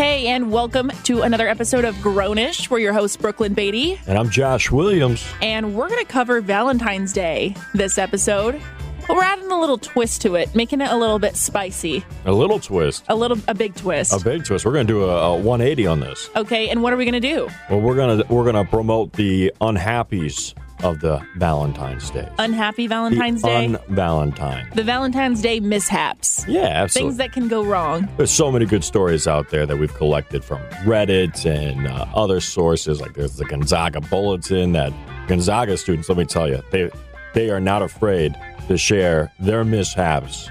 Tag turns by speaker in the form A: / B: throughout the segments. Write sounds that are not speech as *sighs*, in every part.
A: and welcome to another episode of Grownish. We're your hosts, Brooklyn Beatty,
B: And I'm Josh Williams.
A: and we're going to cover Valentine's Day this episode. But we're adding a little twist to it, making it a little bit spicy,
B: A little twist,
A: a little, a big twist.
B: a big twist. We're going to do a, a 180 on this.
A: okay, and what are we going to do?
B: Well, we're going to we're going to promote the unhappies of the Valentine's Day.
A: Unhappy Valentine's
B: the
A: Day,
B: Valentine.
A: the Valentine's Day mishaps,
B: Yeah, absolutely.
A: things that can go wrong.
B: There's so many good stories out there that we've collected from Reddit and uh, other sources. Like there's the Gonzaga Bulletin that Gonzaga students, let me tell you, they they are not afraid to share their mishaps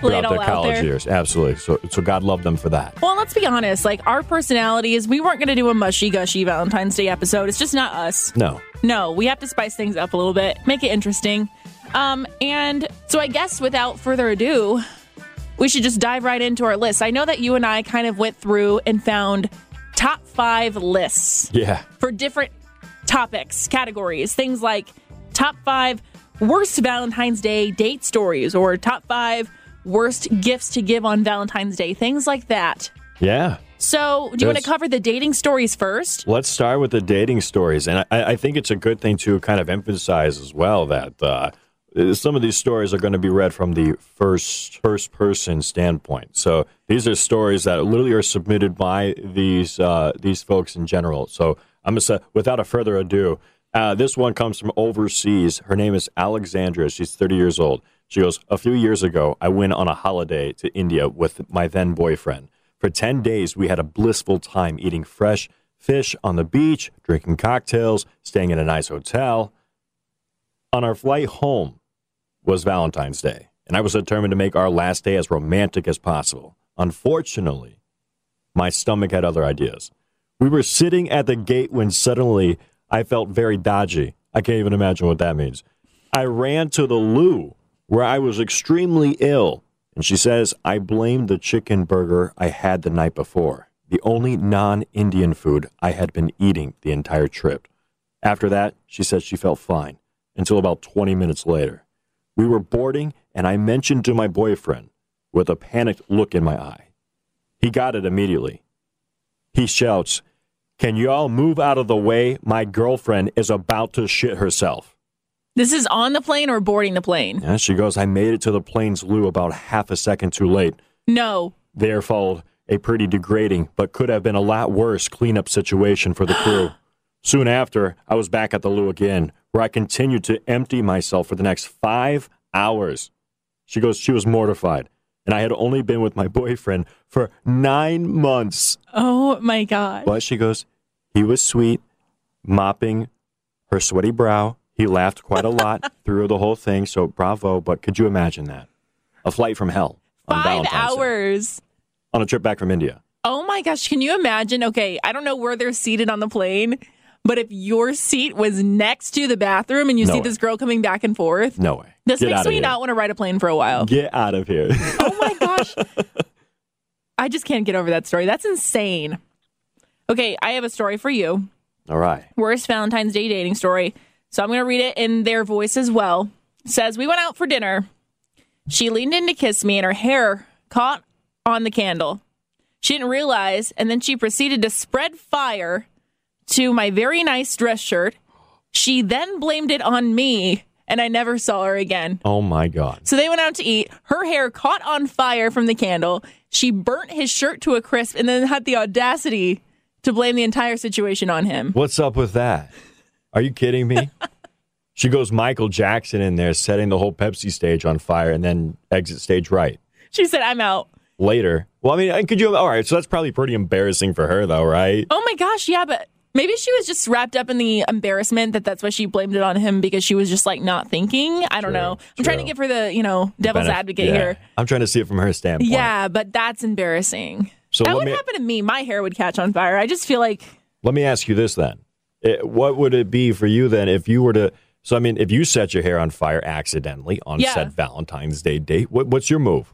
A: Lay it
B: throughout their
A: all out
B: college
A: there.
B: years. Absolutely. So so God love them for that.
A: Well, let's be honest. Like our personalities, we weren't going to do a mushy gushy Valentine's Day episode. It's just not us.
B: No.
A: No, we have to spice things up a little bit, make it interesting. Um, and so I guess without further ado, we should just dive right into our list. I know that you and I kind of went through and found top five lists
B: Yeah.
A: for different topics, categories, things like top five worst Valentine's Day date stories or top five worst gifts to give on Valentine's Day, things like that.
B: Yeah.
A: So, do you want to
B: Yes.
A: cover the dating stories first?
B: Let's start with the dating stories. And I, I think it's a good thing to kind of emphasize as well that uh, some of these stories are going to be read from the first first person standpoint. So these are stories that literally are submitted by these uh, these folks in general. So I'm going to say, without a further ado, uh, this one comes from overseas. Her name is Alexandra. She's 30 years old. She goes, A few years ago, I went on a holiday to India with my then boyfriend. For 10 days, we had a blissful time eating fresh fish on the beach, drinking cocktails, staying in a nice hotel. On our flight home was Valentine's Day, and I was determined to make our last day as romantic as possible. Unfortunately, my stomach had other ideas. We were sitting at the gate when suddenly I felt very dodgy. I can't even imagine what that means. I ran to the loo where I was extremely ill. And she says, I blamed the chicken burger I had the night before, the only non Indian food I had been eating the entire trip. After that, she said she felt fine until about 20 minutes later. We were boarding, and I mentioned to my boyfriend with a panicked look in my eye. He got it immediately. He shouts, Can you all move out of the way? My girlfriend is about to shit herself.
A: This is on the plane or boarding the plane?
B: Yeah, she goes, I made it to the plane's loo about half a second too late.
A: No.
B: There followed a pretty degrading, but could have been a lot worse cleanup situation for the crew. Soon after, I was back at the loo again, where I continued to empty myself for the next five hours. She goes, she was mortified, and I had only been with my boyfriend for nine months.
A: Oh my God.
B: But she goes, he was sweet, mopping her sweaty brow. He laughed quite
A: *laughs*
B: a lot through the whole thing, so bravo. But could you imagine that? A flight from hell. on
A: Five
B: Valentine's Day.
A: hours.
B: On a trip back from India.
A: Oh my gosh. Can you imagine? Okay. I don't know where they're seated on the plane, but if your seat was next to the bathroom and you
B: No
A: see
B: way.
A: this girl coming back and forth,
B: No way.
A: this
B: Get
A: makes
B: out of
A: me
B: here.
A: not want to ride a plane for a while.
B: Get out of here. *laughs*
A: Oh my gosh. *laughs* I just can't get over that story. That's insane. Okay. I have a story for you.
B: All right.
A: worst Valentine's Day dating story. So I'm going to read it in their voice as well. It says, We went out for dinner. She leaned in to kiss me, and her hair caught on the candle. She didn't realize, and then she proceeded to spread fire to my very nice dress shirt. She then blamed it on me, and I never saw her again.
B: Oh my God.
A: So they went out to eat. Her hair caught on fire from the candle. She burnt his shirt to a crisp and then had the audacity to blame the entire situation on him.
B: What's up with that? Are you
A: *laughs*
B: kidding me? she goes Michael Jackson in there, setting the whole Pepsi stage on fire, and then exit stage right.
A: She said, I'm out.
B: Later. Well, I mean, and could you? All right. So that's probably pretty embarrassing for her, though, right?
A: Oh my gosh, yeah, but maybe she was just wrapped up in the embarrassment that that's why she blamed it on him because she was just like not thinking. I don't
B: True,
A: know. I'm trying to
B: true.
A: give her the, you know, devil's
B: Benef-
A: advocate
B: yeah.
A: here.
B: I'm trying to see it from her standpoint.
A: Yeah, but that's embarrassing.
B: So
A: that
B: let
A: would
B: me-
A: happen to me. My hair would catch on fire. I just feel like
B: Let me ask you this then. It, what would it be for you then if you were to? So, I mean, if you set your hair on fire accidentally on
A: Yeah.
B: said Valentine's Day date, what, what's your move?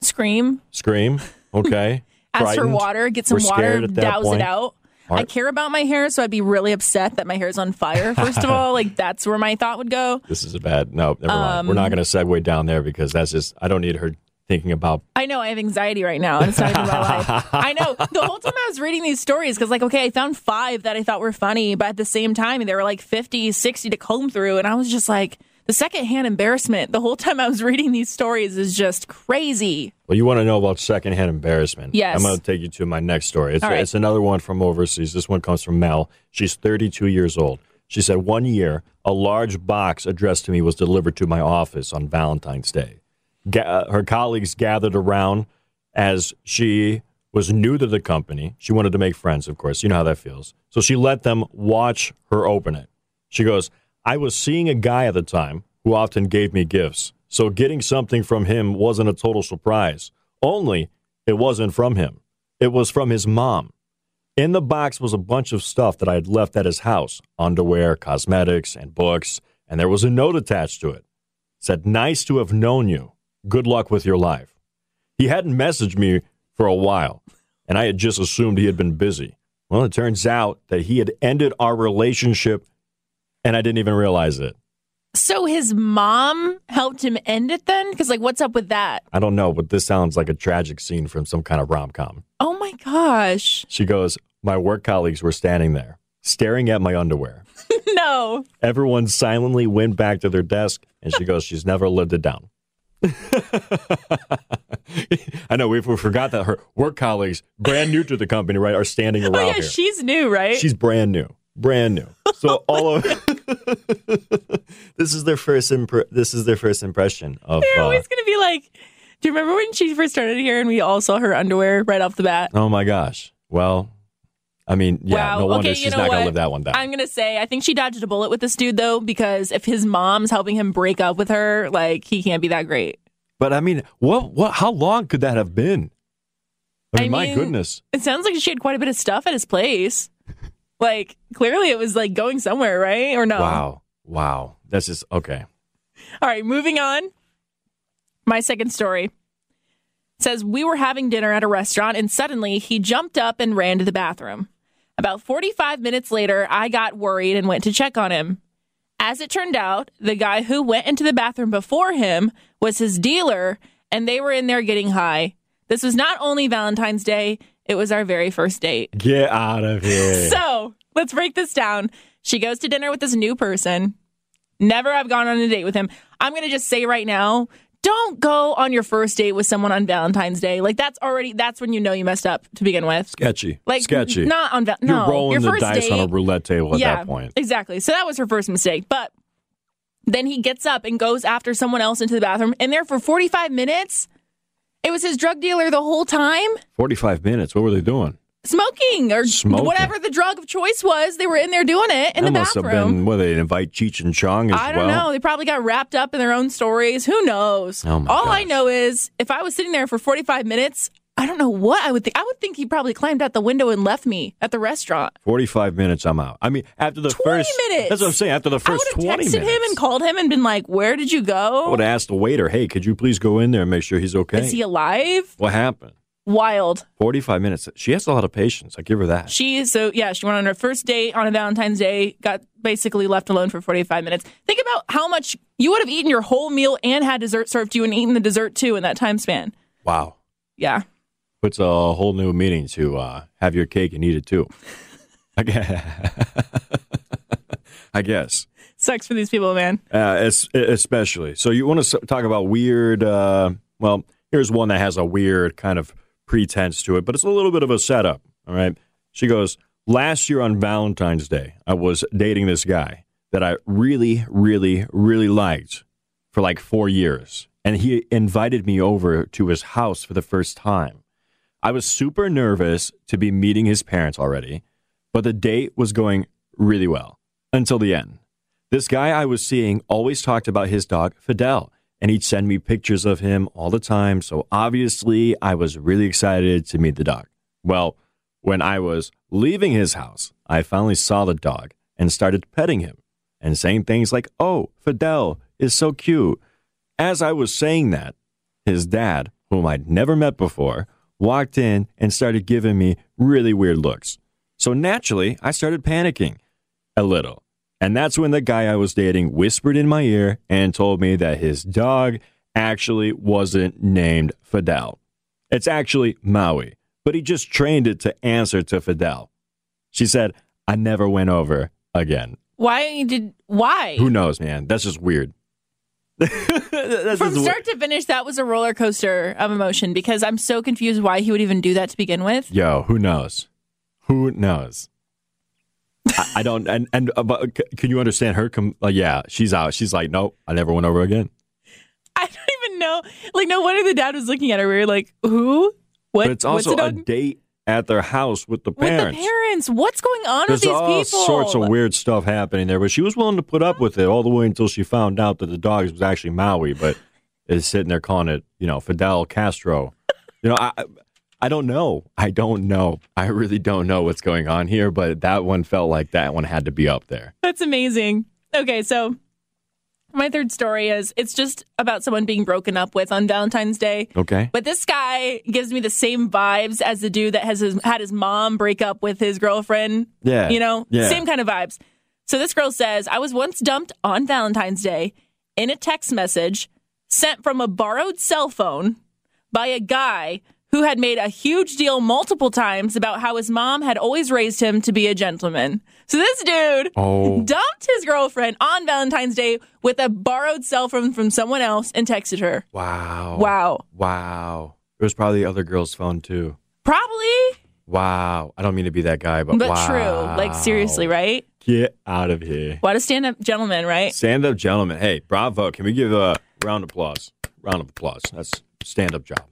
A: scream,
B: Scream? Okay.
A: *laughs* ask for
B: Frightened?
A: water, get some
B: We're
A: water,
B: scared at that
A: douse
B: point.
A: it out. I
B: Aren't-
A: care about my hair, so I'd be really upset that my hair's on fire. First
B: *laughs*
A: of all, like that's where my thought would go. Um,
B: This is a bad. No, never mind. We're not going to segue down there because that's just. I don't need her thinking about.
A: I know I have anxiety right now, and it's not even my life. I know the whole time I was reading these stories because, like, okay, I found five that I thought were funny, but at the same time, there were like 50, 60 to comb through, and I was just like, the secondhand embarrassment the whole time I was *laughs* reading these stories is just crazy.
B: Well, you want to know about secondhand embarrassment.
A: Yes.
B: I'm going to take you to my next story. It's,
A: All right.
B: it's another one from overseas. This one comes from Mel. She's 32 years old. She said, One year, a large box addressed to me was delivered to my office on Valentine's Day. Ga- uh, her colleagues gathered around as she was new to the company. She wanted to make friends, of course. You know how that feels. So she let them watch her open it. She goes, I was seeing a guy at the time who often gave me gifts. So getting something from him wasn't a total surprise. Only it wasn't from him, it was from his mom. In the box was a bunch of stuff that I had left at his house underwear, cosmetics, and books. And there was a note attached to it. It said, Nice to have known you. Good luck with your life. He hadn't messaged me for a while, and I had just assumed he had been busy. Well, it turns out that he had ended our relationship, and I didn't even realize it.
A: So his mom helped him end it then? Because, like, what's up with that?
B: I don't know, but this sounds like a tragic scene from some kind of rom com.
A: Oh my gosh. *laughs*
B: She goes, My work colleagues were standing there, staring at my underwear.
A: No. Oh,
B: Everyone silently went back to their desk, and she goes, She's never lived it down. *laughs* I know we, we forgot that her work colleagues, brand new to the company, right, are standing around
A: Oh, yeah,
B: here.
A: she's new, right?
B: She's brand new, brand new. So all of *laughs* this is their first impre- this is their first impression of.
A: They're
B: Uh,
A: always going to be like, do you remember when she first started here and we all saw her underwear right off the bat?
B: oh my gosh! Well, I mean, yeah,
A: Wow.
B: no wonder
A: Okay, you
B: she's
A: know
B: not gonna
A: what?
B: live that one down.
A: I'm going to say, I think she dodged a bullet with this dude, though, because if his mom's helping him break up with her, like, he can't be that great.
B: but I mean, what? What? How long could that have been? I
A: I
B: mean, my
A: mean-
B: goodness.
A: It sounds like she had quite a bit of stuff at his place. Like, clearly it was like going somewhere, right? Or no?
B: Wow. Wow. That's just okay.
A: All right, moving on. My second story It says we were having dinner at a restaurant and suddenly he jumped up and ran to the bathroom. About 45 minutes later, I got worried and went to check on him. As it turned out, the guy who went into the bathroom before him was his dealer and they were in there getting high. This was not only Valentine's Day, it was our very first date.
B: Get out of here.
A: So let's break this down. She goes to dinner with this new person. Never have gone on a date with him. I'm going to just say right now don't go on your first date with someone on Valentine's Day. Like, that's already, that's when you know you messed up to begin with.
B: *laughs* sketchy.
A: Like,
B: sketchy.
A: Not on Val-
B: You're
A: no,
B: rolling
A: your
B: the
A: first
B: dice
A: date,
B: on a roulette table at
A: yeah,
B: that point.
A: Exactly. So that was her first mistake. But then he gets up and goes after someone else into the bathroom and there for 45 minutes. It was his drug dealer the whole time.
B: Forty-five minutes. What were they doing?
A: Smoking or
B: Smoking.
A: whatever the drug of choice was, they were in there doing it in
B: that
A: the
B: must
A: bathroom.
B: have been. What they invite Cheech and Chong as
A: I don't
B: well.
A: know. They probably got wrapped up in their own stories. Who knows?
B: Oh my
A: All I
B: gosh.
A: know is if I was sitting there for 45 minutes, I don't know what I would think. I would think he probably climbed out the window and left me at the restaurant.
B: Forty-five minutes. I'm out. I mean, after the
A: 20
B: first
A: minutes.
B: That's what I'm saying. After the
A: I
B: first
A: would have
B: twenty
A: texted
B: minutes,
A: him and called him and been like, Where did you
B: I
A: go?
B: would have asked the waiter, "Hey, could you please go in there and make sure he's okay?"
A: Is he alive?
B: what happened?
A: Wild.
B: Forty-five minutes. She has a lot of patience. I give her that.
A: She, so yeah, she went on her first date on a Valentine's Day, got basically left alone for 45 minutes. Think about how much you would have eaten your whole meal and had dessert served to you and eaten the dessert too in that time span.
B: wow,
A: Yeah.
B: puts a whole new meaning to uh, have your cake and eat it too. I guess. *laughs* I guess.
A: Sucks for these people, man.
B: uh, es- especially. So you want to talk about weird? Uh, well, here's one that has a weird kind of pretense to it, but it's a little bit of a setup. All right. She goes, last year on Valentine's Day, I was dating this guy that I really, really, really liked for like four years, and he invited me over to his house for the first time. I was super nervous to be meeting his parents already, but the date was going really well until the end. This guy I was seeing always talked about his dog, Fidel, and he'd send me pictures of him all the time. So obviously, I was really excited to meet the dog. Well, when I was leaving his house, I finally saw the dog and started petting him and saying things like, Oh, Fidel is so cute. As I was saying that, his dad, whom I'd never met before, walked in and started giving me really weird looks. So naturally, I started panicking a little. And that's when the guy I was dating whispered in my ear and told me that his dog actually wasn't named Fidel. It's actually Maui, but he just trained it to answer to Fidel. She said, I never went over again.
A: Why did why?
B: Who knows, man? That's just weird. *laughs* That's
A: From
B: just weird.
A: start to finish, that was a roller coaster of emotion because I'm so confused why he would even do that to begin with. *laughs*
B: Yo, who knows? Who knows? I, I don't. And and uh, but c- can you understand her? Com- uh, yeah, she's out. She's like, nope, I never went over again.
A: I don't even know. Like, no wonder the dad was looking at her. We were like, who? What?
B: But it's also
A: what's it
B: a
A: on-
B: date at their house with the
A: with
B: parents.
A: the parents. What's going on
B: There's
A: with these
B: all
A: people?
B: sorts of weird stuff happening there, but she was willing to put up with it all the way until she found out that the dog was actually Maui, but *laughs* is sitting there calling it, you know, Fidel Castro. You know, I I- I don't know. I don't know. I really don't know what's going on here, but that one felt like that one had to be up there.
A: That's amazing. Okay, so my third story is it's just about someone being broken up with on Valentine's Day.
B: Okay.
A: But this guy gives me the same vibes as the dude that has his, had his mom break up with his girlfriend.
B: Yeah.
A: You know,
B: Yeah.
A: same kind of vibes. So this girl says, I was once dumped on Valentine's Day in a text message sent from a borrowed cell phone by a guy who had made a huge deal multiple times about how his mom had always raised him to be a gentleman. So this dude *laughs*
B: Oh.
A: dumped his girlfriend on Valentine's Day with a borrowed cell phone from someone else and texted her.
B: Wow.
A: Wow.
B: Wow. It was probably the other girl's phone too.
A: Probably,
B: Wow. I don't mean to be that guy, but
A: but
B: wow.
A: true. Like seriously, right?
B: Get out of here.
A: What a stand-up gentleman, right?
B: Stand up gentlemen. Hey, bravo. Can we give a round of applause? Round of applause. That's stand up job.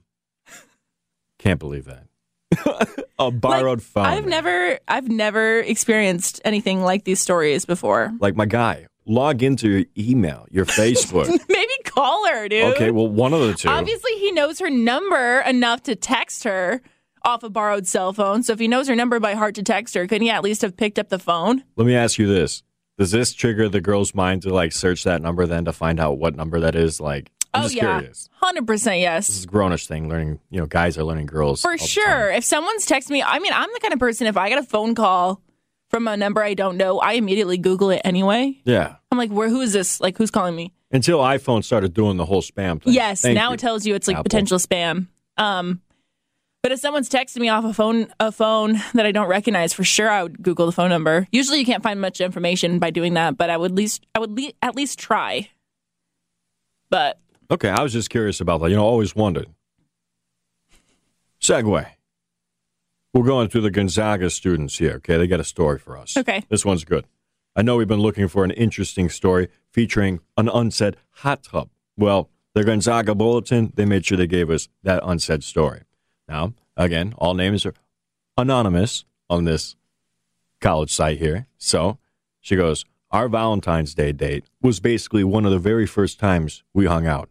B: Can't believe that. *laughs* a borrowed phone.
A: I've never, I've never experienced anything like these stories before. *laughs*
B: Like my guy, log into your email, your Facebook.
A: Maybe call her, dude.
B: okay, well, one of the two.
A: Obviously, he knows her number enough to text her off a borrowed cell phone. So if he knows her number by heart to text her, couldn't he at least have picked up the phone?
B: Let me ask you this. Does this trigger the girl's mind to like search that number then to find out what number that is? Like, I'm
A: oh
B: just
A: yeah,
B: curious.
A: hundred percent yes.
B: This is a grownish thing, learning, you know, guys are learning girls. all
A: For
B: the time.
A: sure. If someone's texting me, I mean, I'm the kind of person, if I get a phone call from a number I don't know, I immediately Google it anyway.
B: Yeah.
A: I'm like, where, who is this? Like, who's calling me?
B: Until iPhone started doing the whole spam thing.
A: Yes.
B: Thank
A: now
B: you.
A: it tells you it's like
B: Apple.
A: potential spam. Um, but if someone's texting me off a phone, a phone that I don't recognize, for sure I would Google the phone number. Usually, you can't find much information by doing that, but I would least, I would le- at least try. But
B: Okay, I was just curious about that. You know, I always wondered. Segway. We're going through the Gonzaga students here, okay? They got a story for us.
A: Okay.
B: This one's good. I know we've been looking for an interesting story featuring an unsaid hot tub. Well, the Gonzaga Bulletin, they made sure they gave us that unsaid story. Now, again, all names are anonymous on this college site here. So she goes, Our Valentine's Day date was basically one of the very first times we hung out.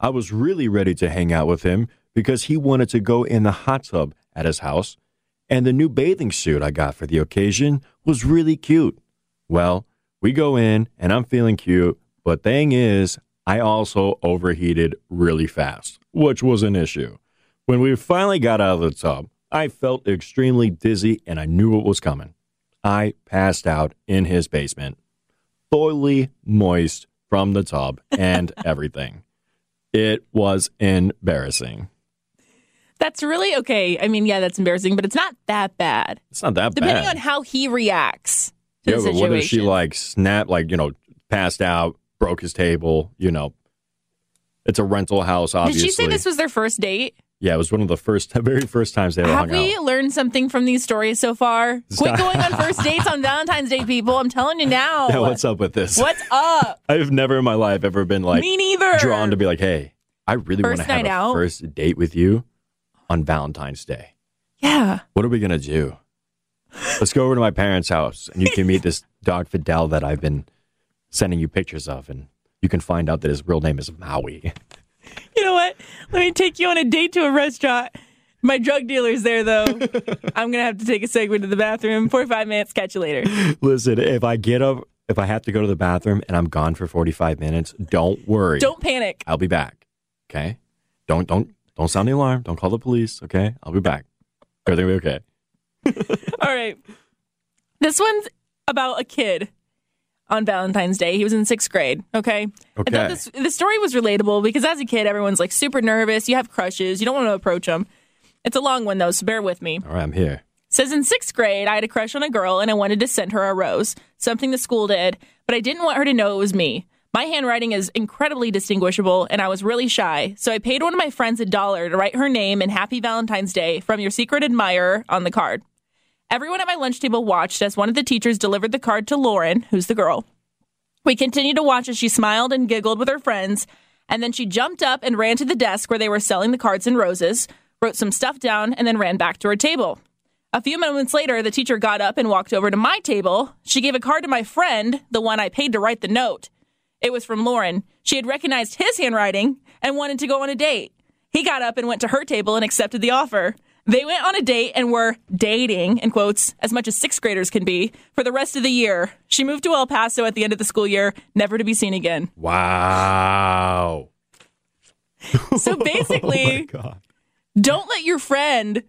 B: I was really ready to hang out with him because he wanted to go in the hot tub at his house, and the new bathing suit I got for the occasion was really cute. Well, we go in, and I'm feeling cute, but thing is, I also overheated really fast, which was an issue. When we finally got out of the tub, I felt extremely dizzy and I knew what was coming. I passed out in his basement, boily moist from the tub and everything. It was embarrassing.
A: that's really okay. I mean, yeah, that's embarrassing, but it's not that bad.
B: It's not that
A: Depending
B: bad.
A: on how he reacts to the
B: yeah, but
A: situation.
B: what if she like snapped, like, you know, passed out, broke his table, you know? It's a rental house,
A: Did
B: obviously.
A: she say this was their first date?
B: yeah, it was one of the first, *laughs* very first times they ever
A: Have
B: hung out. *laughs*
A: we learned something from these stories so far? Quit
B: Stop.
A: going on first dates on Valentine's Day, people. I'm telling you
B: *laughs*
A: now.
B: Yeah, what's up with this?
A: What's up?
B: *laughs* I've never in my life ever been like
A: Me neither.
B: drawn to be like, hey, I really want to
A: First
B: have
A: night
B: a
A: out.
B: first date with you on Valentine's Day.
A: yeah.
B: What are we gonna do? Let's go over to my parents' house and you can meet *laughs* this dog Fidel that I've been sending you pictures of, and you can find out that his real name is Maui.
A: You know what? Let me take you on a date to a restaurant. My drug dealer's there,
B: *laughs*
A: though. I'm going to have to take a segue to the bathroom. Four or five minutes. Catch you later.
B: Listen, if I get up, if I have to go to the bathroom and I'm gone for 45 minutes, don't worry.
A: Don't panic.
B: I'll be back. Okay. Don't don't don't sound the alarm. Don't call the police. Okay. I'll be back. Everything will be okay.
A: All right. This one's about a kid. on Valentine's Day. He was in sixth grade. Okay. I
B: Okay.
A: thought this the story was relatable because as a kid, everyone's like super nervous. You have crushes. You don't want to approach them. It's a long one though, so bear with me.
B: All right, I'm here.
A: Says in sixth grade, I had a crush on a girl and I wanted to send her a rose, something the school did, but I didn't want her to know it was me. My handwriting is incredibly distinguishable and I was really shy, so I paid one of my friends a dollar to write her name and Happy Valentine's Day from your secret admirer on the card. Everyone at my lunch table watched as one of the teachers delivered the card to Lauren, who's the girl. We continued to watch as she smiled and giggled with her friends, and then she jumped up and ran to the desk where they were selling the cards and roses, wrote some stuff down, and then ran back to her table. A few moments later, the teacher got up and walked over to my table. She gave a card to my friend, the one I paid to write the note. It was from Lauren. She had recognized his handwriting and wanted to go on a date. He got up and went to her table and accepted the offer. They went on a date and were dating, in quotes, as much as sixth graders can be, for the rest of the year. She moved to El Paso at the end of the school year, never to be seen again.
B: *laughs* Wow. *laughs*
A: So basically,
B: Oh God.
A: don't let your friend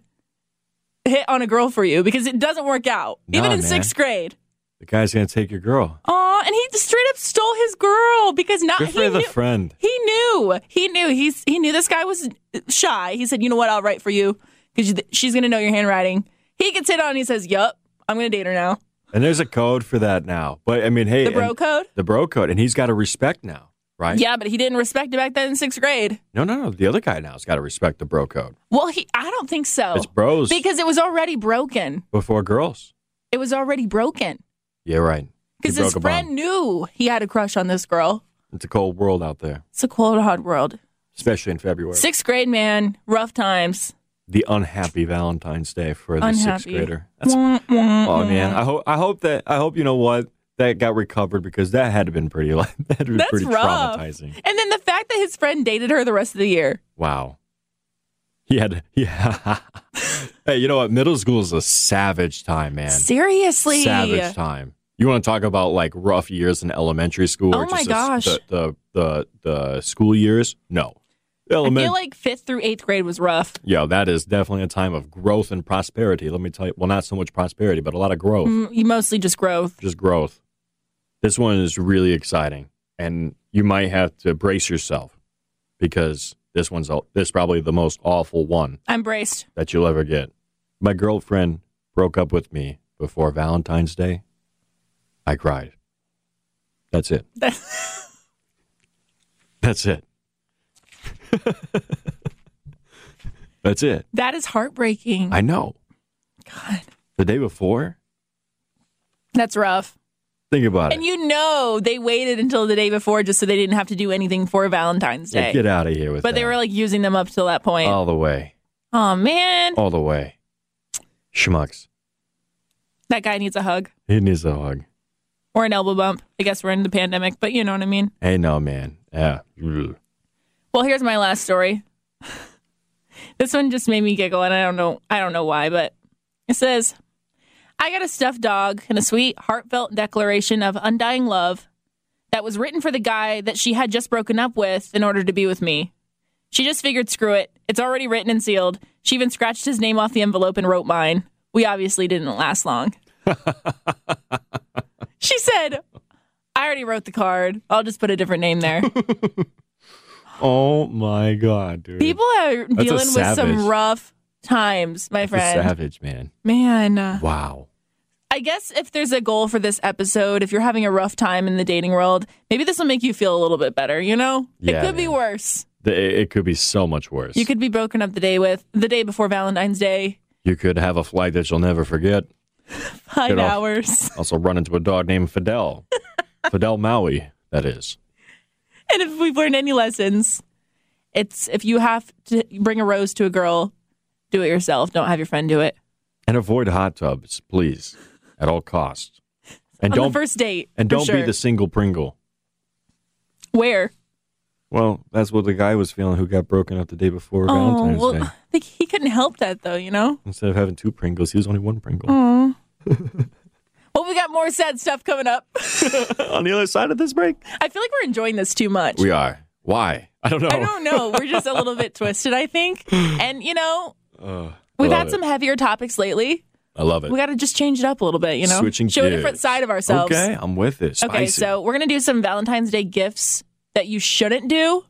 A: hit on a girl for you because it doesn't work out, even
B: Nah,
A: in
B: man.
A: sixth grade.
B: The guy's going to take your girl.
A: Aw, and he straight up stole his girl because not
B: Good
A: he
B: for
A: knew,
B: the friend.
A: he knew he knew he's he knew this guy was shy. He said, "You know what? I'll write for you because she's gonna know your handwriting." He gets hit on. and He says, "Yup, I'm gonna date her now."
B: And there's a code for that now. But I mean, hey,
A: The bro
B: and-
A: code.
B: the bro code, and he's got to respect now, right?
A: Yeah, but he didn't respect it back then in sixth grade.
B: No, no, no. The other guy now's got to respect the bro code.
A: Well, he I don't think so
B: It's bros
A: Oh. because it was already broken.
B: before girls.
A: It was already broken
B: Yeah, right. He
A: because
B: broke
A: his
B: a
A: friend
B: bond.
A: knew he had a crush on this girl.
B: It's a cold world out there,
A: It's a cold, hard world.
B: especially in February.
A: Sixth grade, man, rough times.
B: the unhappy Valentine's Day for the sixth
A: Unhappy.
B: grader. That's, oh man, I hope I hope that I hope you know what that got recovered because that had been pretty *laughs* like that had been
A: That's
B: pretty
A: rough.
B: traumatizing.
A: And then the fact that his friend dated her the rest of the year.
B: Wow. He had *laughs* yeah. hey, you know what? Middle school is a savage time, man.
A: Seriously.
B: Savage time. You want to talk about like rough years in elementary school?
A: Oh
B: or
A: my
B: just the
A: gosh.
B: s- The, the the the school years? No.
A: I
B: Element.
A: feel like fifth through eighth grade was rough.
B: yeah, that is definitely a time of growth and prosperity. Let me tell you. Well, not so much prosperity, but a lot of growth.
A: Mm, You mostly just growth.
B: just growth. This one is really exciting, and you might have to brace yourself because this one's all, this is probably the most awful one
A: I'm braced. *laughs*
B: that you'll ever get. My girlfriend broke up with me before Valentine's Day. I cried. That's it. That's it. *laughs* That's it.
A: that is heartbreaking.
B: I know.
A: God,
B: The day before,
A: that's rough.
B: think about it.
A: And you know they waited until the day before just so they didn't have to do anything for Valentine's
B: Yeah,
A: Day.
B: get out of here with
A: but
B: that.
A: they were like using them up till that point. Oh,
B: all the way.
A: man,
B: all the way. Schmucks.
A: that guy needs a hug
B: He needs a hug.
A: or an elbow bump. I guess we're in the pandemic, but you know what I mean.
B: Hey, no, man. Yeah. Ugh.
A: Well, here's my last story. *laughs* this one just made me giggle, and I don't know, I don't know why, but it says, "I got a stuffed dog and a sweet, heartfelt declaration of undying love that was written for the guy that she had just broken up with in order to be with me. She just figured, screw it, it's already written and sealed. She even scratched his name off the envelope and wrote mine. We obviously didn't last long." she said, "I already wrote the card. I'll just put a different name there."
B: Oh my God, dude.
A: People are
B: a
A: dealing with
B: savage.
A: some rough times, my
B: The
A: friend.
B: savage man.
A: Man, uh,
B: Wow.
A: I guess if there's a goal for this episode, if you're having a rough time in the dating world, maybe this will make you feel a little bit better. You know,
B: Yeah,
A: it could be
B: man.
A: worse.
B: The- It it could be so much worse.
A: You could be broken up the day with the day before Valentine's Day.
B: You could have a flight that you'll never forget.
A: Five
B: Get off.
A: hours, *laughs*
B: Also, run into a dog named Fidel. Fidel Maui, that is.
A: and if we've learned any lessons, it's if you have to bring a rose to a girl, do it yourself. Don't have your friend do it
B: And avoid hot tubs, please, at all costs. And
A: on
B: don't
A: the first date.
B: and
A: for
B: don't be
A: sure.
B: the single Pringle.
A: where.
B: Well, that's what the guy was feeling who got broken up the day before
A: Oh
B: Valentine's Day.
A: well, *laughs* like, he couldn't help that though. You know.
B: Instead of having two Pringles, he was only one Pringle.
A: Oh. Well, we got more sad stuff coming up. *laughs*
B: *laughs* on the other side of this break.
A: I feel like we're enjoying this too much.
B: We are. Why? I don't know.
A: I don't know. We're just a
B: *laughs*
A: little bit twisted, I think. And, you know, we've
B: love
A: had
B: it.
A: some heavier topics lately.
B: I love it.
A: We got to just change it up a little bit, you know?
B: Switching
A: Show a
B: gears.
A: different side of ourselves.
B: Okay, I'm with it. Spicy.
A: Okay, so we're going to do some Valentine's Day gifts that you shouldn't do.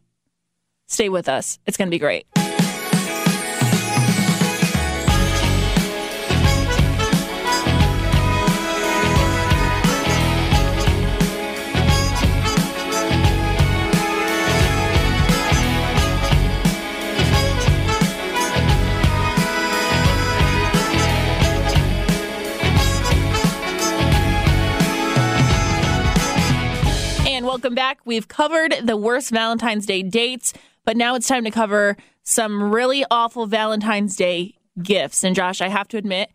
A: Stay with us. It's going to be great. And welcome back. We've covered the worst Valentine's Day dates, but now it's time to cover some really awful Valentine's Day gifts. And Josh, I have to admit,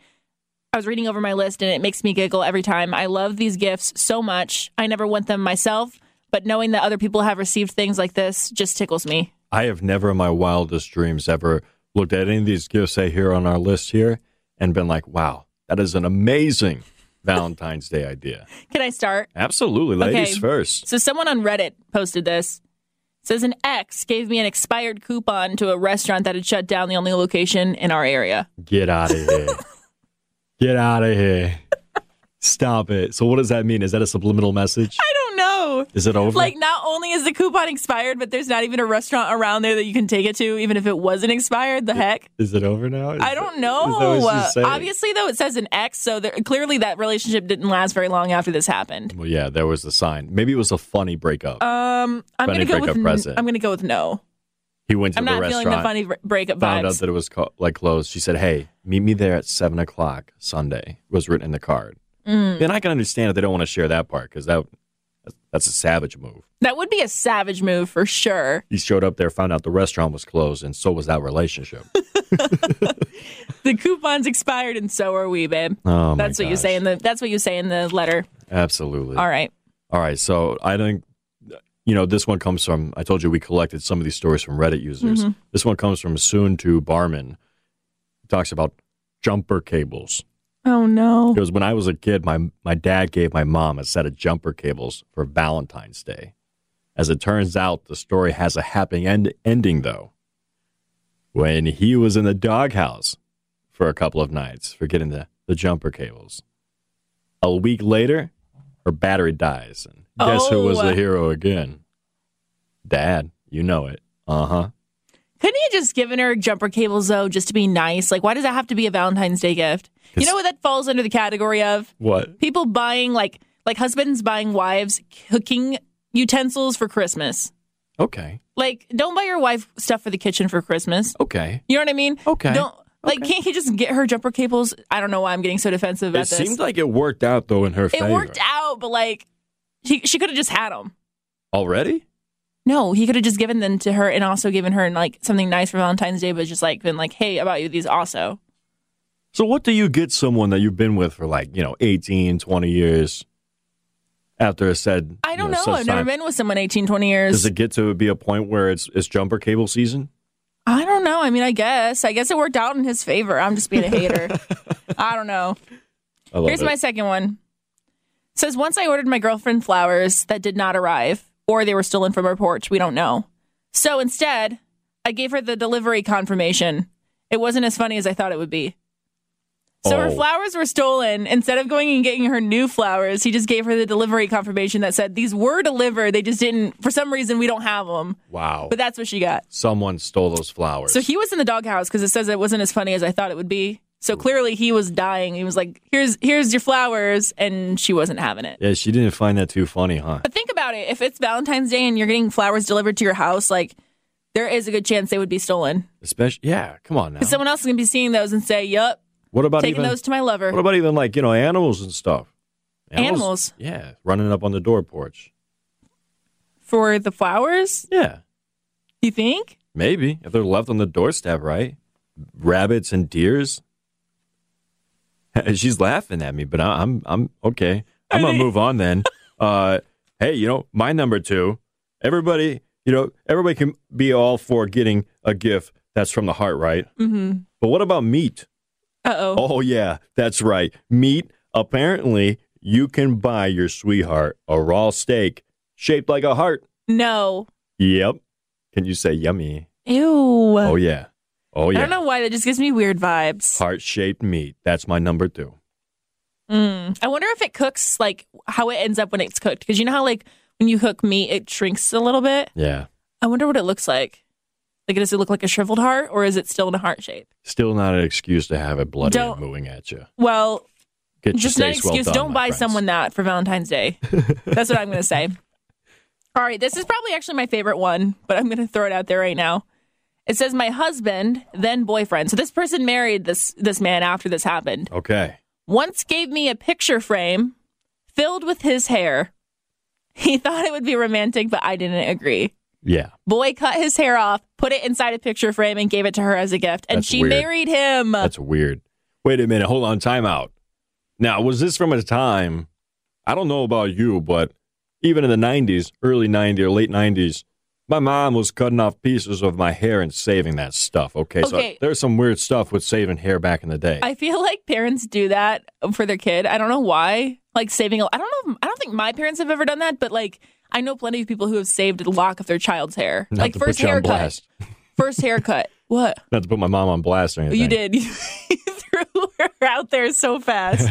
A: I was reading over my list and it makes me giggle every time. I love these gifts so much. I never want them myself, but knowing that other people have received things like this just tickles me.
B: I have never in my wildest dreams ever looked at any of these gifts I hear on our list here and been like, wow, that is an amazing Valentine's Day idea.
A: Can I start?
B: Absolutely. Ladies
A: Okay.
B: first.
A: So someone on Reddit posted this. It says an ex gave me an expired coupon to a restaurant that had shut down, the only location in our area.
B: Get out of here.
A: *laughs*
B: Get out of here. Stop it. So, what does that mean? Is that a subliminal message?
A: I don't know.
B: Is it over?
A: Like not only is the coupon expired, but there's not even a restaurant around there that you can take it to, even if it wasn't expired. The heck.
B: is it over now? Is
A: I
B: it-
A: don't
B: is that
A: know.
B: what she's
A: Uh,
B: saying?
A: Obviously, though, it says an ex, so there, clearly that relationship didn't last very long after this happened.
B: Well, yeah, there was a sign. Maybe it was a funny breakup.
A: Um, I'm gonna
B: Funny
A: go
B: breakup
A: with n-
B: present.
A: I'm gonna go with no.
B: he went to
A: I'm
B: the
A: not
B: restaurant.
A: feeling the funny br- breakup
B: found out
A: vibes.
B: that it was co- like closed. She said, "Hey, meet me there at seven o'clock Sunday." Was written in the card.
A: Mm.
B: Then I can understand if they don't want to share that part because that that's a savage move.
A: that would be a savage move for sure.
B: He showed up there, found out the restaurant was closed, and so was
A: *laughs*
B: that relationship.
A: The coupon's expired, and so are we, babe.
B: Oh, my
A: that's what you
B: gosh.
A: say in the. That's what you say in the letter.
B: Absolutely.
A: All right.
B: All right. So I think, you know, this one comes from, I told you we collected some of these stories from Reddit users.
A: Mm-hmm.
B: This one comes from Soon to Barman. He talks about jumper cables.
A: Oh no.
B: Because when I was a kid, my, my dad gave my mom a set of jumper cables for Valentine's Day. As it turns out, the story has a happy end, ending, though. When he was in the doghouse for a couple of nights for getting the, the jumper cables. A week later, her battery dies. And guess who was
A: Oh.
B: the hero again? Dad. You know it. Uh huh.
A: Couldn't he have just given her jumper cables though, just to be nice? Like, why does that have to be a Valentine's Day gift? You know what that falls under the category of
B: What?
A: people buying like like husbands buying wives cooking utensils for Christmas.
B: Okay.
A: Like, don't buy your wife stuff for the kitchen for Christmas.
B: Okay.
A: You know what I mean?
B: Okay.
A: Don't like, can't he just get her jumper cables? I don't know why I'm getting so defensive about
B: It
A: this.
B: seemed like it worked out, though, in her
A: it
B: favor.
A: worked out, but like, she she could have just had them.
B: Already?
A: No, he could have just given them to her and also given her like something nice for Valentine's Day, but just like been like, hey, about you these also.
B: So what do you get someone that you've been with for like, you know, 18, 20 years after a said
A: I don't
B: you
A: know.
B: such
A: I've never
B: time?
A: been with someone 18, 20 years.
B: Does it get to be a point where it's it's jumper cable season?
A: I don't know. I mean, I guess. I guess it worked out in his favor. I'm just being a
B: *laughs*
A: hater. I don't know.
B: I love
A: Here's
B: it.
A: my second one. It says once I ordered my girlfriend flowers that did not arrive, or they were stolen from her porch. We don't know. So instead, I gave her the delivery confirmation. It wasn't as funny as I thought it would be. So her
B: Oh.
A: flowers were stolen. Instead of going and getting her new flowers, he just gave her the delivery confirmation that said these were delivered. They just didn't, for some reason, we don't have them.
B: wow.
A: But that's what she got.
B: Someone stole those flowers.
A: So he was in the doghouse because it says it wasn't as funny as I thought it would be. So clearly he was dying. He was like, "Here's here's your flowers," and she wasn't having it.
B: yeah, she didn't find that too funny, huh?
A: But think about it: if it's Valentine's Day and you're getting flowers delivered to your house, like there is a good chance they would be stolen.
B: Especially Yeah, come on now.
A: But someone else is gonna be seeing those and say, "Yup,
B: what about
A: taking
B: even
A: those to my lover."
B: What about even like, you know, animals and stuff?
A: Animals?
B: Yeah, running up on the door porch.
A: For the flowers,
B: Yeah.
A: you think?
B: Maybe if they're left on the doorstep, right? Rabbits and deers. *laughs* She's laughing at me, but I- I'm I'm okay. I'm gonna move
A: *laughs*
B: on then. Uh, hey, you know my number two. Everybody, you know everybody can be all for getting a gift that's from the heart, right? Mm-hmm. But what about meat?
A: Uh oh.
B: Oh yeah, that's right. Meat. Apparently, you can buy your sweetheart a raw steak shaped like a heart.
A: No.
B: Yep. Can you say yummy?
A: Ew.
B: Oh yeah. Oh
A: Uh, I
B: yeah,
A: don't know why that just gives me weird vibes.
B: heart shaped meat. That's my number two.
A: I wonder if it cooks like how it ends up when it's cooked because you know how like when you cook meat it shrinks a little bit.
B: Yeah,
A: I wonder what it looks like. Like does it look like a shriveled heart or is it still in a heart shape?
B: still not an excuse to have it bloody
A: Don't-
B: and mooing at you.
A: Well,
B: Get your
A: just not an
B: steaks well
A: excuse.
B: done,
A: Don't
B: my
A: buy
B: friends.
A: someone that for Valentine's
B: *laughs*
A: Day. That's what I'm going to say. All right, this is probably actually my favorite one, but I'm going to throw it out there right now. It says my husband, then boyfriend. So this person married this this man after this happened.
B: Okay.
A: Once gave me a picture frame filled with his hair. He *laughs* thought it would be romantic, but I didn't agree.
B: Yeah.
A: Boy cut his hair off, put it inside a picture frame, and gave it to her as a gift, and
B: That's
A: she
B: weird.
A: married him.
B: That's weird. Wait a minute. Hold on. Time out. Now, was this from a time? I don't know about you, but even in the 90s, early 90s or late 90s, my mom was cutting off pieces of my hair and saving that stuff. Okay.
A: Okay.
B: So there's some weird stuff with saving hair back in the day.
A: I feel like parents do that for their kid. I don't know why. Like saving, a, I don't know. I don't think my parents have ever done that, but like I know plenty of people who have saved a lock of their child's hair,
B: Not
A: like
B: to
A: first
B: put you on
A: haircut,
B: blast.
A: *laughs* first haircut. What
B: Not to put my mom on blast or anything.
A: you did? *laughs* You threw her out there so
B: *laughs*
A: fast.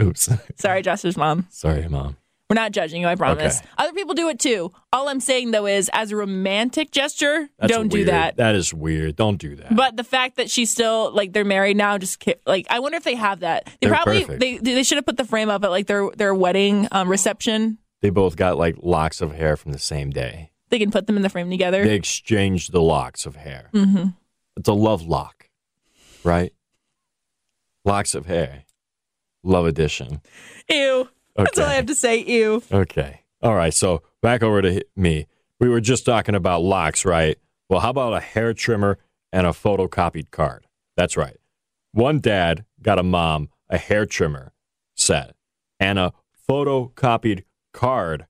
B: Oops. *laughs*
A: Sorry, Josh's mom.
B: Sorry, mom.
A: We're not judging you. I promise.
B: Okay.
A: Other people do it too. All I'm saying though is, as a romantic gesture,
B: That's
A: don't do
B: weird.
A: that.
B: That is weird. Don't do that.
A: But the fact that she's still like they're married now, just ki- like I wonder if they have that. They
B: They're
A: probably
B: perfect.
A: they they should have put the frame up at like their their wedding um, reception.
B: they both got like locks of hair from the same day.
A: They can put them in the frame together.
B: They exchanged the locks of hair.
A: Mm-hmm.
B: It's a love lock, right? Locks of hair. Love edition.
A: Ew. That's all I
B: Okay.
A: have to say. Ew.
B: Okay. All right. So back over to hi- me. We were just talking about locks, right? Well, how about a hair trimmer and a photocopied card? That's right. One dad got a mom a hair trimmer set and a photocopied card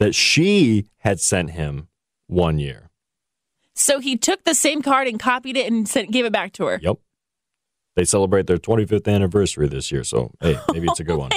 B: that she had sent him one year.
A: So he took the same card and copied it and sent, gave it back to her.
B: Yep. They celebrate their 25th anniversary this year. So, hey, maybe it's a good one.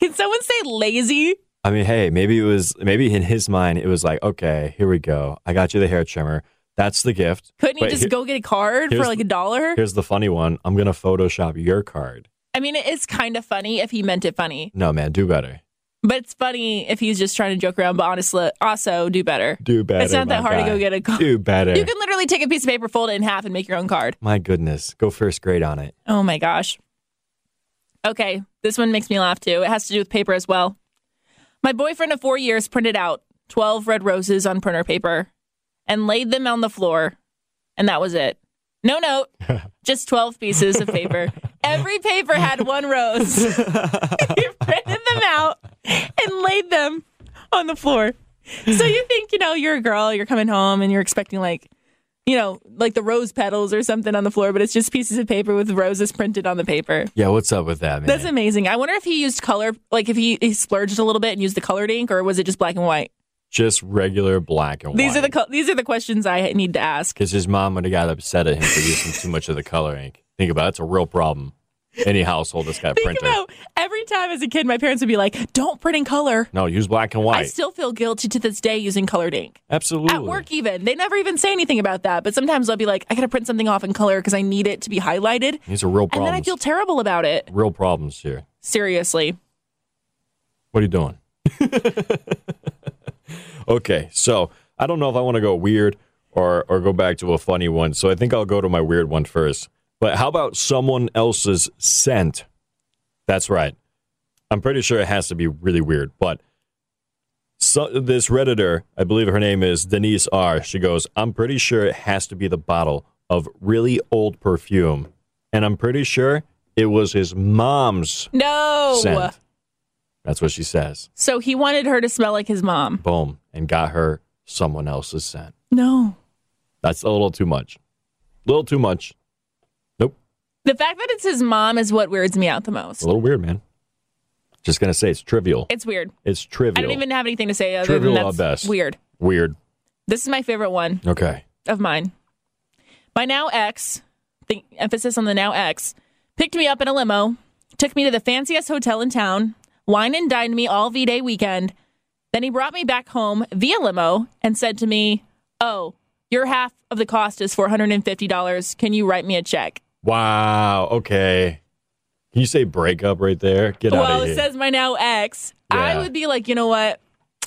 A: Can someone say lazy?
B: I mean, hey, maybe it was maybe in his mind it was like, okay, here we go. I got you the hair trimmer. That's the gift.
A: Couldn't he
B: But
A: just
B: here-
A: go get a card for
B: here's
A: like
B: the-
A: a dollar?
B: Here's the funny one. I'm gonna Photoshop your card.
A: I mean, it is kind of funny if he meant it funny,
B: No, man, do better.
A: but it's funny if he's just trying to joke around. But honestly, also do better.
B: Do better.
A: it's not that
B: my
A: hard
B: guy.
A: to go get a card.
B: Do better.
A: You can literally take a piece of paper, fold it in half, and make your own card.
B: my goodness, go first grade on it.
A: Oh my gosh. Okay, this one makes me laugh too. It has to do with paper as well. My boyfriend of four years printed out 12 red roses on printer paper and laid them on the floor, and that was it. No note, just 12 pieces of paper. Every paper had one rose. he printed them out and laid them on the floor. So you think, you know, you're a girl, you're coming home, and you're expecting like you know, like the rose petals or something on the floor, but it's just pieces of paper with roses printed on the paper.
B: Yeah, what's up with that, man?
A: That's amazing. I wonder if he used color, like if he, he splurged a little bit and used the colored ink, or was it just black and white?
B: Just regular black and
A: These
B: white.
A: are the co- these are the questions I need to ask.
B: because his mom would have got upset at him for using too much of the color ink. Think about it. It's a real problem. Any household that's got a
A: Think
B: printer.
A: about every time as a kid, my parents would be like, "Don't print in color."
B: no, use black and
A: I
B: white.
A: still feel guilty to this day using colored ink
B: Absolutely.
A: at work. Even they never even say anything about that, but sometimes I'll be like, "I gotta print something off in color because I need it to be highlighted,"
B: These are real
A: and
B: problems.
A: then I feel terrible about it.
B: real problems here.
A: Seriously,
B: What are you doing? *laughs* okay, so I don't know if I want to go weird or or go back to a funny one. So I think I'll go to my weird one first. But how about someone else's scent? That's right. I'm pretty sure it has to be really weird, but so, this redditor, I believe her name is Denise R. She goes, "I'm pretty sure it has to be the bottle of really old perfume, and I'm pretty sure it was his mom's
A: no.
B: scent." That's what she says.
A: So he wanted her to smell like his mom.
B: boom, and got her someone else's scent.
A: No.
B: That's a little too much. A little too much. Nope.
A: The fact that it's his mom is what weirds me out the
B: A
A: most.
B: little weird, man. Just gonna say it's trivial.
A: It's weird.
B: It's trivial.
A: I don't even have anything to say other
B: Trivial
A: than that's
B: at best.
A: weird.
B: Weird.
A: This is my favorite one
B: Okay.
A: of mine. My now ex, think, emphasis on the now ex, picked me up in a limo, took me to the fanciest hotel in town, wine and dined me all V Day weekend, Then he brought me back home via limo and said to me, Oh, your half of the cost is $450. Can you write me a check?
B: Wow. Okay. Can you say breakup right there? Get out
A: Well,
B: of here.
A: it
B: *laughs*
A: says my now ex. I
B: Yeah.
A: would be like, you know what?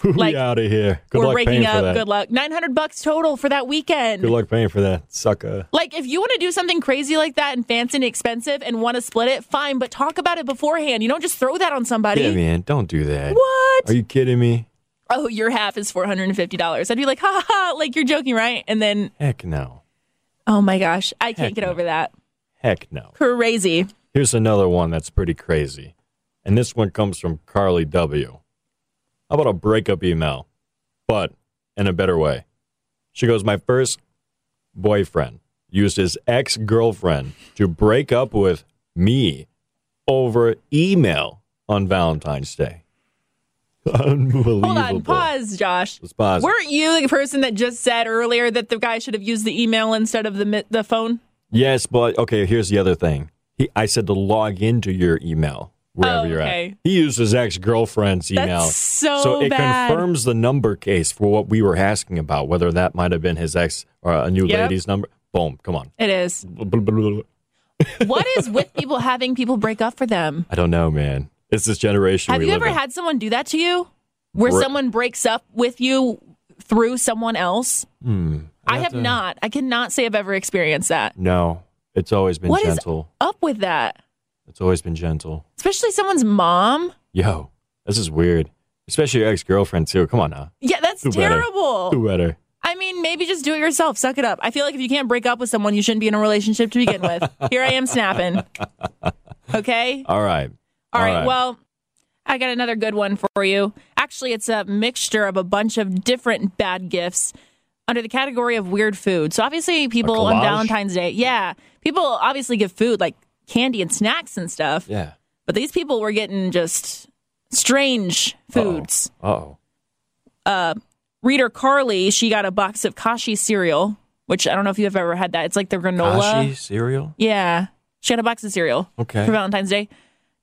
B: we
A: like,
B: out of here. Good
A: We're
B: luck
A: breaking
B: paying for
A: up.
B: that.
A: Good luck. 900 bucks total for that weekend.
B: Good luck paying for that, sucker.
A: Like, if you want to do something crazy like that and fancy and expensive and want to split it, fine, but talk about it beforehand. You don't just throw that on somebody.
B: Yeah, man. Don't do that.
A: What?
B: Are you kidding me?
A: oh, your half is $450. I'd be like, ha ha, ha, like you're joking, right? And then,
B: Heck no.
A: oh my gosh, I can't
B: Heck
A: get
B: no.
A: over that.
B: Heck no.
A: Crazy.
B: Here's another one that's pretty crazy. And this one comes from Carly W. How about a breakup email, but in a better way? She goes, My first boyfriend used his ex girlfriend to break up with me over email on Valentine's Day. Unbelievable.
A: Hold on, pause, Josh.
B: Let's pause.
A: Weren't you the person that just said earlier that the guy should have used the email instead of the mi- the phone?
B: Yes, but okay, here's the other thing. He, I said to log into your email wherever
A: Oh,
B: you're
A: okay.
B: at. He used his ex girlfriend's
A: That's
B: email.
A: so
B: it
A: bad.
B: confirms the number case for what we were asking about, whether that might have been his ex or a new
A: Yep.
B: lady's number. Boom, come on.
A: It is. What is with people having people break up for them?
B: I don't know, man. It's this generation
A: Have
B: we
A: you
B: live
A: ever
B: in.
A: had someone do that to you? Where
B: Bre-
A: someone breaks up with you through someone else?
B: Hmm.
A: I have not. I cannot say I've ever experienced that.
B: no, it's always been
A: What is-
B: gentle.
A: Up with that.
B: It's always been gentle.
A: Especially someone's mom.
B: Yo, this is weird. Especially your ex girlfriend, too. Come on now.
A: Yeah, that's
B: Do better.
A: terrible.
B: Do better.
A: I mean, maybe just do it yourself. Suck it up. I feel like if you can't break up with someone, you shouldn't be in a relationship to begin with. Here I am
B: *laughs*
A: snapping. Okay?
B: All right.
A: All right,
B: right.
A: Well, I got another good one for you. Actually, it's a mixture of a bunch of different bad gifts under the category of weird food. So obviously, people on
B: collage?
A: Valentine's Day, yeah, people obviously give food like candy and snacks and stuff.
B: Yeah.
A: But these people were getting just strange foods.
B: Uh oh.
A: Reader Carly, she got a box of Kashi cereal, which I don't know if you've ever had that. It's like the granola.
B: cereal?
A: Yeah. She had a box of cereal.
B: Okay.
A: For Valentine's Day.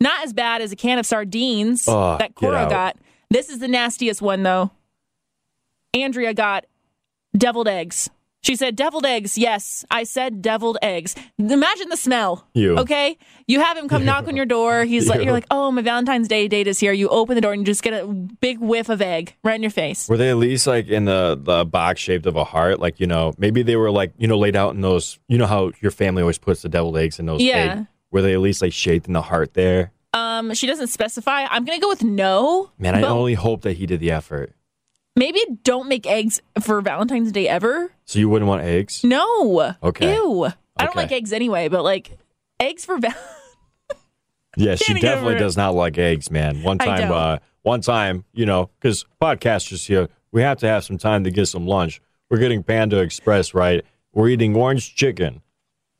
A: Not as bad as a can of sardines
B: Ugh,
A: that
B: get
A: Cora
B: out.
A: got. This is the nastiest one, though. Andrea got deviled eggs. She said, deviled eggs. Yes, I said deviled eggs. Imagine the smell.
B: Ew.
A: Okay? You have him
B: *laughs*
A: come knock on your door. He's like,
B: Ew.
A: you're like, oh, my Valentine's Day date is here. You open the door and you just get a big whiff of egg right in your face.
B: Were they at least like in the, the box shaped of a heart? Like, you know, maybe they were like, you know, laid out in those, you know, how your family always puts the deviled eggs in those.
A: Yeah.
B: egg- were they at least like shaped in the heart there?
A: Um, she doesn't specify. I'm going to go with no.
B: Man, I
A: but
B: only hope that he did the effort.
A: Maybe don't make eggs for Valentine's Day ever.
B: So you wouldn't want eggs?
A: No.
B: Okay.
A: Ew. I don't
B: Okay.
A: like eggs anyway, but like eggs for val- *laughs*
B: Yeah, she
A: Can't get over
B: definitely
A: it.
B: does not like eggs, man. One
A: I
B: time,
A: don't.
B: uh, one time, you know, because podcasters here, we have to have some time to get some lunch. We're getting Panda Express, right? We're eating orange chicken,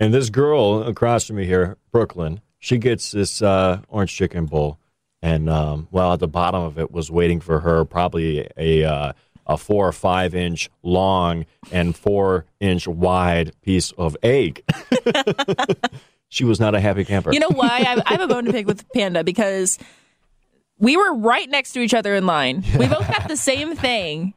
B: and this girl across from me here, Brooklyn, she gets this uh, orange chicken bowl, and um, well, at the bottom of it was waiting for her probably a uh, a four or five inch long and four inch wide piece of egg. *laughs* she was not a happy camper.
A: You know why? I, I have a bone to pick with Panda because we were right next to each other in line. We both got the same thing.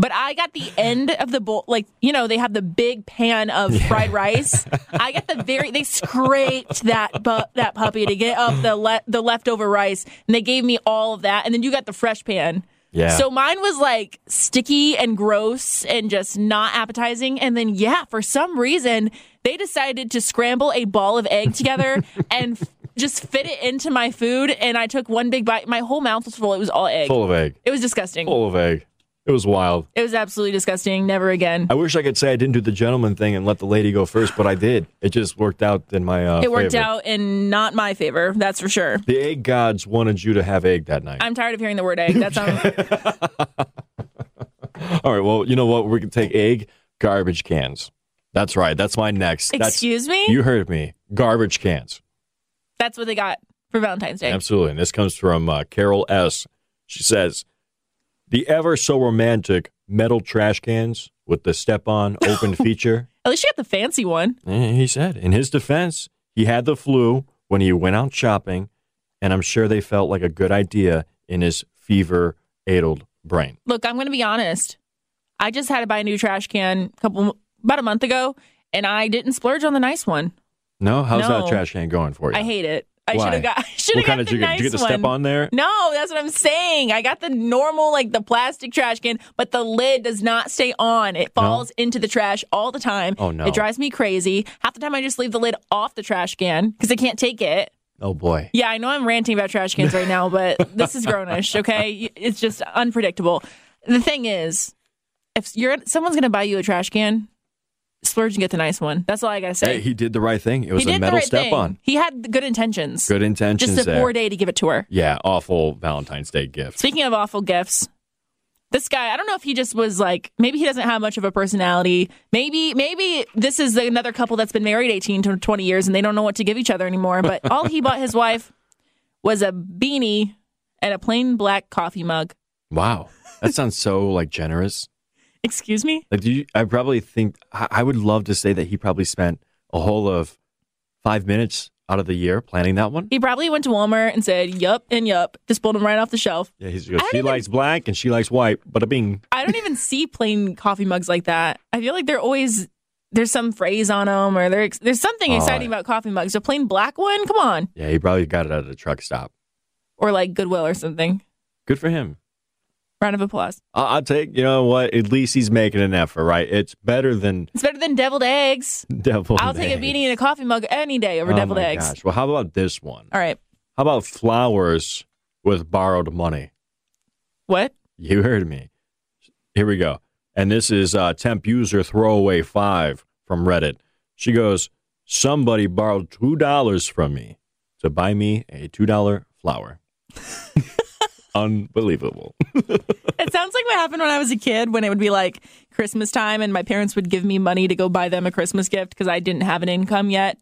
A: But I got the end of the bowl, like you know, they have the big pan of fried
B: *laughs*
A: rice. I got the very they scraped that bu- that puppy to get up the le- the leftover rice, and they gave me all of that, and then you got the fresh pan.
B: Yeah.
A: So mine was like sticky and gross and just not appetizing. And then, yeah, for some reason, they decided to scramble a ball of egg
B: *laughs*
A: together and f- just fit it into my food. And I took one big bite. My whole mouth was full. It was all egg.
B: full of egg.
A: It was disgusting.
B: full of egg. It was wild.
A: It was absolutely disgusting. Never again.
B: I wish I could say I didn't do the gentleman thing and let the lady go first, but I did. It just worked out in my uh,
A: It worked
B: favor.
A: out in not my favor. That's for sure.
B: The egg gods wanted you to have egg that night.
A: I'm tired of hearing the word egg. That's
B: *laughs*
A: on.
B: All right. Well, you know what? We can take egg garbage cans. That's right. That's my next. That's-
A: Excuse me?
B: You heard me. Garbage cans.
A: That's what they got for Valentine's Day.
B: Absolutely. And this comes from uh, Carol S. She says, "The ever so romantic metal trash cans with the step-on
A: *laughs*
B: open feature."
A: At least you got the fancy one.
B: Eh, He said, in his defense, he had the flu when he went out shopping, and I'm sure they felt like a good idea in his fever addled brain.
A: Look, I'm going to be honest. I just had to buy a new trash can a couple about a month ago, and I didn't splurge on the nice one.
B: No, how's
A: No.
B: that trash can going for you?
A: I hate it. I
B: Why?
A: should have got. *laughs* I should
B: what
A: have got
B: kind
A: the
B: of did you, get-
A: nice
B: did you get to
A: one.
B: step on there?
A: No, that's what I'm saying. I got the normal, like the plastic trash can, but the lid does not stay on. It falls into the trash all the time.
B: Oh, no.
A: It drives me crazy. Half the time I just leave the lid off the trash can because I can't take it.
B: Oh boy.
A: Yeah, I know I'm ranting about trash cans right now,
B: *laughs*
A: but this is grownish, okay? It's just unpredictable. The thing is, if you're someone's going to buy you a trash can, splurge and get the nice one. That's all I got to say.
B: Hey, he did the right thing. It was
A: he
B: a
A: did the
B: metal
A: right
B: step
A: thing.
B: on.
A: He had the good intentions.
B: Good intentions
A: Just a
B: there.
A: poor day to give it to her.
B: Yeah, awful Valentine's Day gift.
A: Speaking of awful gifts, this guy, I don't know if he just was like, maybe he doesn't have much of a personality. Maybe, maybe this is another couple that's been married 18 to 20 years and they don't know what to give each other anymore. But all he bought his wife was a beanie and a plain black coffee mug.
B: Wow, that sounds so like generous.
A: Excuse me?
B: Like, do you, I probably think I, I would love to say that he probably spent a whole of five minutes out of the year planning that one.
A: He probably went to Walmart and said, yup and yup. Just pulled him right off the shelf.
B: Yeah, he's
A: I don't
B: she
A: even-
B: likes black and she likes white, but a bing.
A: I don't even see plain coffee mugs like that. I feel like they're always, there's some phrase on them or there- there's something
B: Oh,
A: exciting about coffee mugs. A plain black one? Come on.
B: Yeah, he probably got it out of the truck stop.
A: Or like Goodwill or something.
B: Good for him.
A: Round of applause.
B: I- I'll take. You know what? At least he's making an effort, right? It's better than *laughs*
A: It's better than deviled eggs.
B: devil.
A: I'll take a beanie and a coffee mug any day over
B: oh
A: deviled
B: my
A: eggs.
B: Gosh. Well, how about this one?
A: All right.
B: How about flowers with borrowed money?
A: What?
B: You heard me. Here we go. And this is uh, temp user throwaway five from Reddit. She goes, "Somebody borrowed two dollars from me to buy me a two dollar flower." *laughs* Unbelievable.
A: It sounds like what happened when I was a kid when it would be like Christmas time and my parents would give me money to go buy them a Christmas gift because I didn't have an income yet.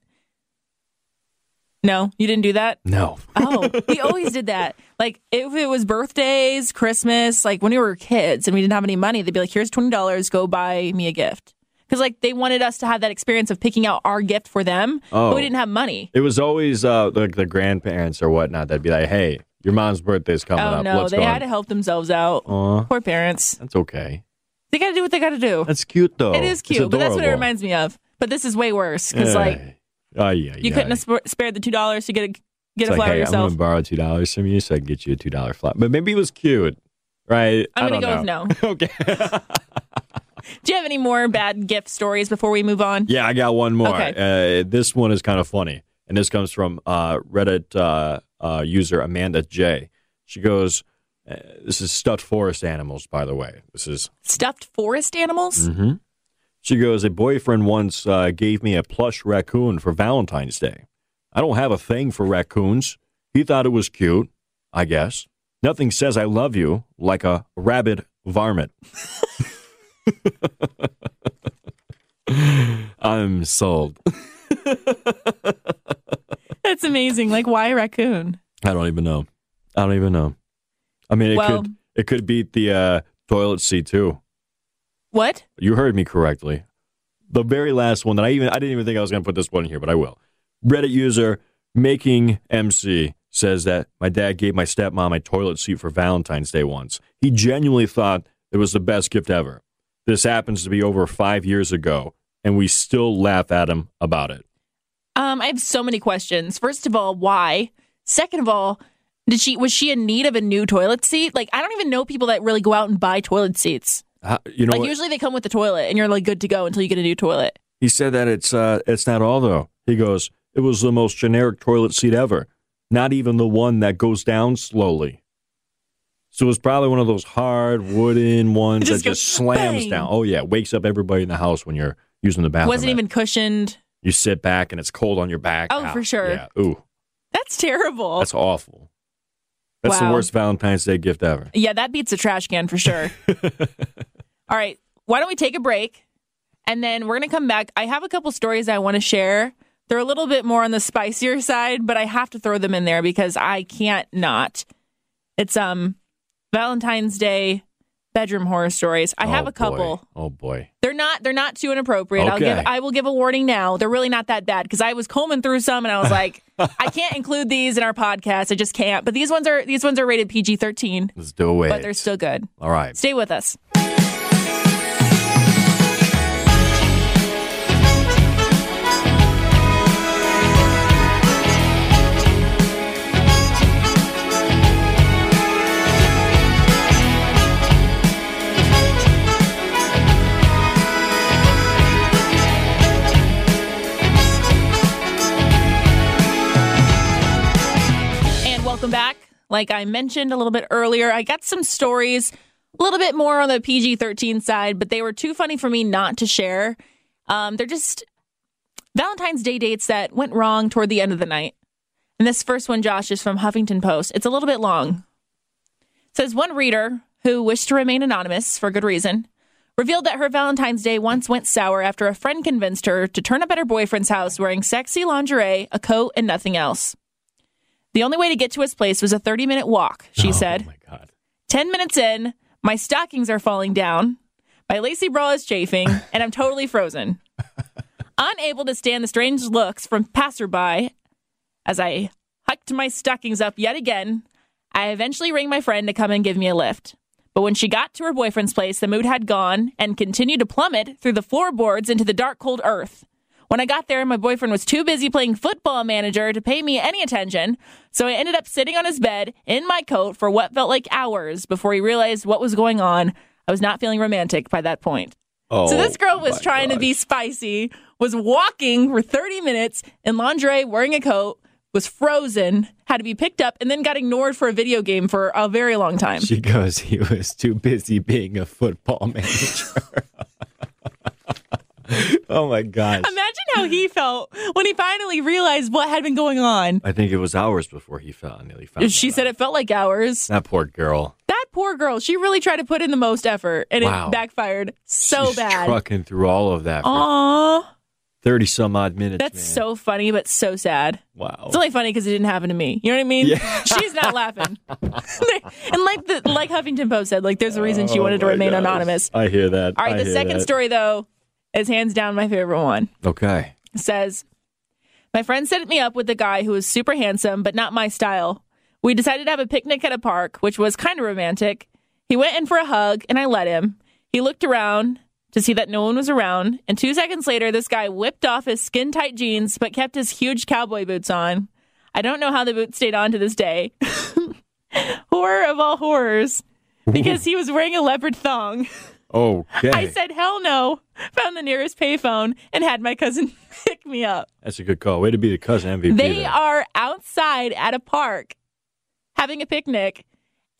A: No, you didn't do that?
B: No.
A: Oh, we always did that. Like if it was birthdays, Christmas, like when we were kids and we didn't have any money, they'd be like, "Here's twenty dollars. Go buy me a gift." Because like they wanted us to have that experience of picking out our gift for them,
B: Oh.
A: but we didn't have money.
B: It was always uh, like the grandparents or whatnot that'd be like, "Hey, your mom's birthday's coming
A: Oh
B: up.
A: no,
B: Let's
A: they
B: go."
A: had
B: on-
A: to help themselves out.
B: Aw,
A: Poor parents.
B: that's okay.
A: They got to do what they got to do.
B: That's cute though.
A: it is
B: Oh, It's
A: cute, but that's what it
B: adorable.
A: reminds me of. But this is way worse because like
B: Ay. Ay, ay,
A: you couldn't
B: ay.
A: have sp- spared the two dollars to get a get
B: It's
A: a flower
B: like, hey, I'm
A: yourself.
B: gonna borrow two dollars from you so I can get you a two dollar flower. But maybe it was cute, right?
A: I'm
B: I
A: gonna go
B: don't know.
A: with
B: *laughs* okay.
A: Do you have any more bad gift stories before we move on?
B: yeah, I got one more.
A: Okay.
B: Uh, this one is kind of funny, and this comes from uh, Reddit uh, uh, user Amanda J. She goes, uh, "This is stuffed forest animals, by the way. This is
A: Stuffed forest animals.
B: Mm-hmm. She goes, A boyfriend once uh, gave me a plush raccoon for Valentine's Day. I don't have a thing for raccoons. He thought it was cute, I guess. Nothing says I love you like a rabid varmint. *laughs* I'm sold.
A: That's amazing. Like why a raccoon?
B: I don't even know. I don't even know. I mean, it
A: Well-
B: could it could beat the uh, toilet seat too.
A: What?
B: You heard me correctly. The very last one that I even I didn't even think I was going to put this one in here, but I will. Reddit user making MC says that my dad gave my stepmom a toilet seat for Valentine's Day once. He genuinely thought it was the best gift ever. This happens to be over 5 years ago and we still laugh at him about it.
A: Um, I have so many questions. First of all, why? Second of all, did she was she in need of a new toilet seat? Like I don't even know people that really go out and buy toilet seats.
B: Uh, you know
A: like
B: what?
A: usually they come with the toilet and you're like good to go until you get a new toilet.
B: He said that it's uh, it's not all though. He goes, "It was the most generic toilet seat ever. Not even the one that goes down slowly. So it was probably one of those hard wooden ones
A: It just
B: that
A: goes
B: just slams
A: bang.
B: down. Oh yeah, wakes up everybody in the house when you're using the bathroom.
A: Wasn't even cushioned.
B: You sit back and it's cold on your back.
A: Oh,
B: Ah,
A: for sure.
B: Yeah. Ooh,
A: That's terrible.
B: that's awful. That's
A: Wow.
B: the worst Valentine's Day gift ever.
A: yeah, that beats a trash can for
B: *laughs*
A: sure. all right. Why don't we take a break? And then we're gonna come back. I have a couple stories I want to share. They're a little bit more on the spicier side, but I have to throw them in there because I can't not. It's um Valentine's Day bedroom horror stories. I have
B: Oh,
A: a couple.
B: boy. Oh boy.
A: They're not they're not too inappropriate. I'll give
B: Okay. *laughs*
A: I will give a warning now. They're really not that bad because I was combing through some and I was like, I can't include these in our podcast. I just can't. But these ones are these ones are rated PG thirteen,
B: Let's do it.
A: but they're still good.
B: All right.
A: Stay with us. And welcome back. Like I mentioned a little bit earlier, I got some stories a little bit more on the PG 13 side, but they were too funny for me not to share. Um, they're just Valentine's Day dates that went wrong toward the end of the night. And this first one, Josh, is from Huffington Post. It's a little bit long. It says one reader who wished to remain anonymous for good reason revealed that her Valentine's Day once went sour after a friend convinced her to turn up at her boyfriend's house wearing sexy lingerie, a coat, and nothing else. The only way to get to his place was a 30 minute walk, she
B: Oh,
A: said.
B: my God.
A: 10 minutes in, my stockings are falling down, my lacy bra is chafing, and I'm totally frozen. Unable to stand the strange looks from passerby as I hiked my stockings up yet again, I eventually rang my friend to come and give me a lift. But when she got to her boyfriend's place, the mood had gone and continued to plummet through the floorboards into the dark, cold earth. When I got there, my boyfriend was too busy playing football manager to pay me any attention, so I ended up sitting on his bed in my coat for what felt like hours before he realized what was going on. I was not feeling romantic by that point.
B: Oh,
A: So this girl was
B: my
A: trying to
B: God.
A: be spicy, was walking for 30 minutes in lingerie, wearing a coat, was frozen, had to be picked up, and then got ignored for a video game for a very long
C: *laughs*
A: time.
C: She goes, he was too busy being a football *laughs* manager. oh my gosh.
A: Imagine how he felt when he finally realized what had been going on.
B: I think it was hours before he found nearly found.
A: She
B: that
A: said
B: out.
A: it felt like hours.
B: "That poor girl,
A: That poor girl, she really tried to put in the most effort and
B: Wow.
A: it backfired so
B: She's
A: bad.
B: trucking through all of that for
A: Aw,
B: thirty some odd minutes."
A: that's
B: man.
A: so funny, but so sad.
B: wow.
A: It's only funny because it didn't happen to me. You know what I mean? *laughs* She's not
B: *laughs*
A: laughing. and like the like Huffington Post said, like there's a reason she
B: Oh
A: wanted to
B: my
A: remain
B: gosh.
A: anonymous.
B: I hear that.
A: All right,
B: I
A: the
B: hear
A: second
B: that.
A: story though is hands down my favorite one.
B: Okay.
A: It says, "My friend set me up with a guy who was super handsome, but not my style. We decided to have a picnic at a park, which was kind of romantic. He went in for a hug, and I let him. He looked around." To see that no one was around, and two seconds later, this guy whipped off his skin tight jeans but kept his huge cowboy boots on. I don't know how the boot stayed on to this day. *laughs* Horror of all horrors. Because he was wearing a leopard thong.
B: Okay.
A: I said, hell no. Found the nearest payphone and had my cousin *laughs* pick me up.
B: That's a good call. Way to be the cousin MVP.
A: They
B: there.
A: are outside at a park having a picnic,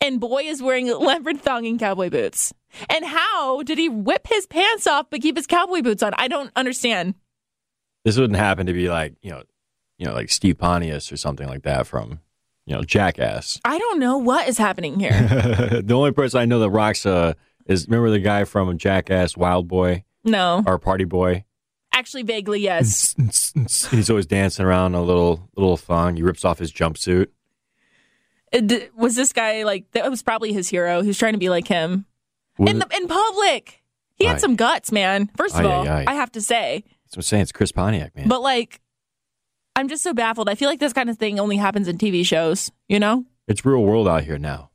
A: and boy is wearing *laughs* leopard thong and cowboy boots. And how did he whip his pants off but keep his cowboy boots on? I don't understand.
B: This wouldn't happen to be like you know, you know, like Steve Pontius or something like that from you know Jackass.
A: I don't know what is happening
B: *laughs*
A: here.
B: the only person I know that rocks uh, is remember the guy from Jackass, Wild Boy
A: No.
B: or Party Boy.
A: Actually, vaguely,
B: *laughs*
A: yes.
B: He's always dancing around in a little little thong. He rips off his jumpsuit.
A: Uh, d- Was this guy like, that was probably his hero. He was trying to be like him.
B: Was
A: in
B: it-
A: the in public. He had
B: Aye.
A: some guts, man. First of
B: Aye,
A: all,
B: aye, aye.
A: I have to say,
B: that's what I'm saying. It's Chris Pontiac, man.
A: but like, I'm just so baffled. I feel like this kind of thing only happens in TV shows, you know?
B: it's real world out here now.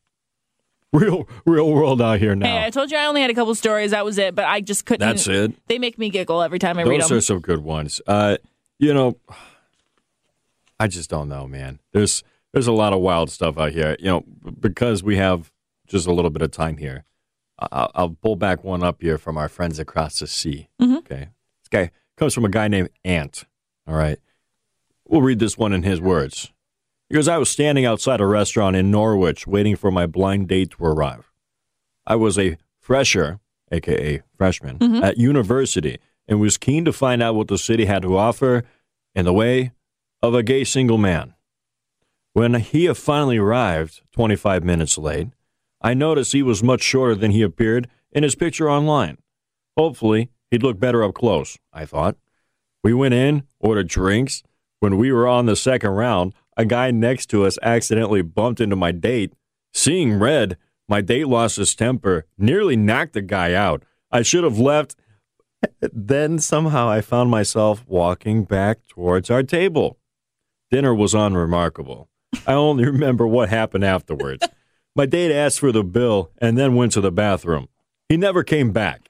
B: Real real world out here now.
A: Hey, I told you I only had a couple stories. That was it, but I just couldn't.
B: that's it.
A: They make me giggle every time I read
B: Those
A: them.
B: are some good ones. Uh, you know, I just don't know, man. There's there's a lot of wild stuff out here. You know, b- because we have just a little bit of time here, I- I'll, I'll pull back one up here from our friends across the sea.
A: Mm-hmm.
B: Okay, this guy comes from a guy named Ant. All right, we'll read this one in his words. He goes, "I was standing outside a restaurant in Norwich, waiting for my blind date to arrive. I was a fresher, aka freshman, at university and was keen to find out what the city had to offer in the way of a gay single man. When he finally arrived, 25 minutes late, I noticed he was much shorter than he appeared in his picture online. Hopefully, he'd look better up close, I thought. We went in, ordered drinks. When we were on the second round, a guy next to us accidentally bumped into my date. Seeing red, my date lost his temper, nearly knocked the guy out. I should have left. Then somehow I found myself walking back towards our table. Dinner was unremarkable. I only *laughs* remember what happened afterwards. My date asked for the bill and then went to the bathroom. He never came back.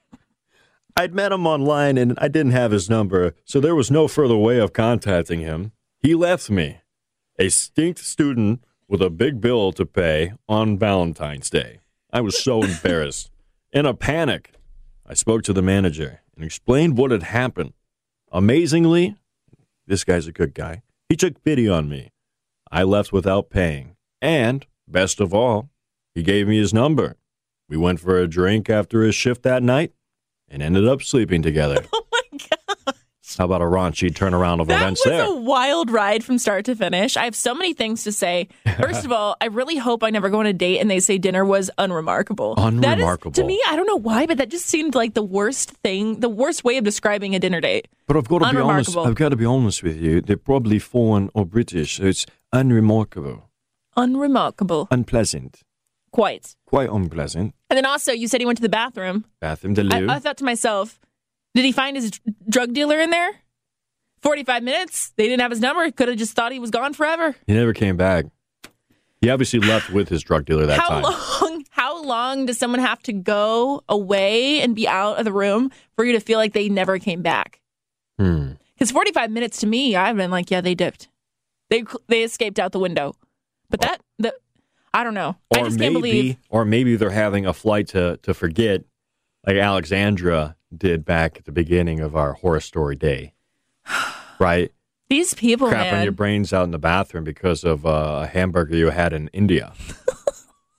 B: I'd met him online and I didn't have his number, so there was no further way of contacting him. He left me, a stinked student with a big bill to pay on Valentine's Day. I was
A: *laughs*
B: so embarrassed. In a panic, I spoke to the manager and explained what had happened. Amazingly, this guy's a good guy. He took pity on me. I left without paying. And, best of all, he gave me his number. We went for a drink after his shift that night and ended up sleeping together.
A: *laughs* Oh my god.
B: How about a raunchy turnaround of
A: That
B: events
A: was
B: there?
A: a wild ride from start to finish. I have so many things to
B: *laughs*
A: say. First of all, I really hope I never go on a date and they say dinner was unremarkable. That is, to
B: Unremarkable.
A: me, I don't know why, but that just seemed like the worst thing, the worst way of describing a dinner date.
B: But I've got to be honest.
A: Unremarkable.
B: I've got to be honest with you. They're probably foreign or British, so it's unremarkable,
A: Unremarkable.
B: unpleasant,
A: Quite.
B: quite unpleasant.
A: And then also, you said he went to the bathroom.
B: Bathroom de
A: I, uh,
B: loo.
A: I thought to myself, did he find his dr- drug dealer in there? 45 minutes. They didn't have his number. Could have just thought he was gone forever.
B: he never came back. He obviously left with his drug dealer that
A: how
B: time.
A: long how long does someone have to go away and be out of the room for you to feel like they never came back
B: Hmm.
A: because 45 minutes to me i've been like yeah they dipped they they escaped out the window but that the i don't know i
B: Or
A: just
B: maybe,
A: can't believe
B: or maybe they're having a flight to to forget, like Alexandra did back at the beginning of our horror story
A: *sighs*
B: day, right?
A: these people
B: crap on
A: Oh, man.
B: your
A: *laughs*
B: brains out in the bathroom because of uh, a hamburger you had in
A: *laughs*
B: India.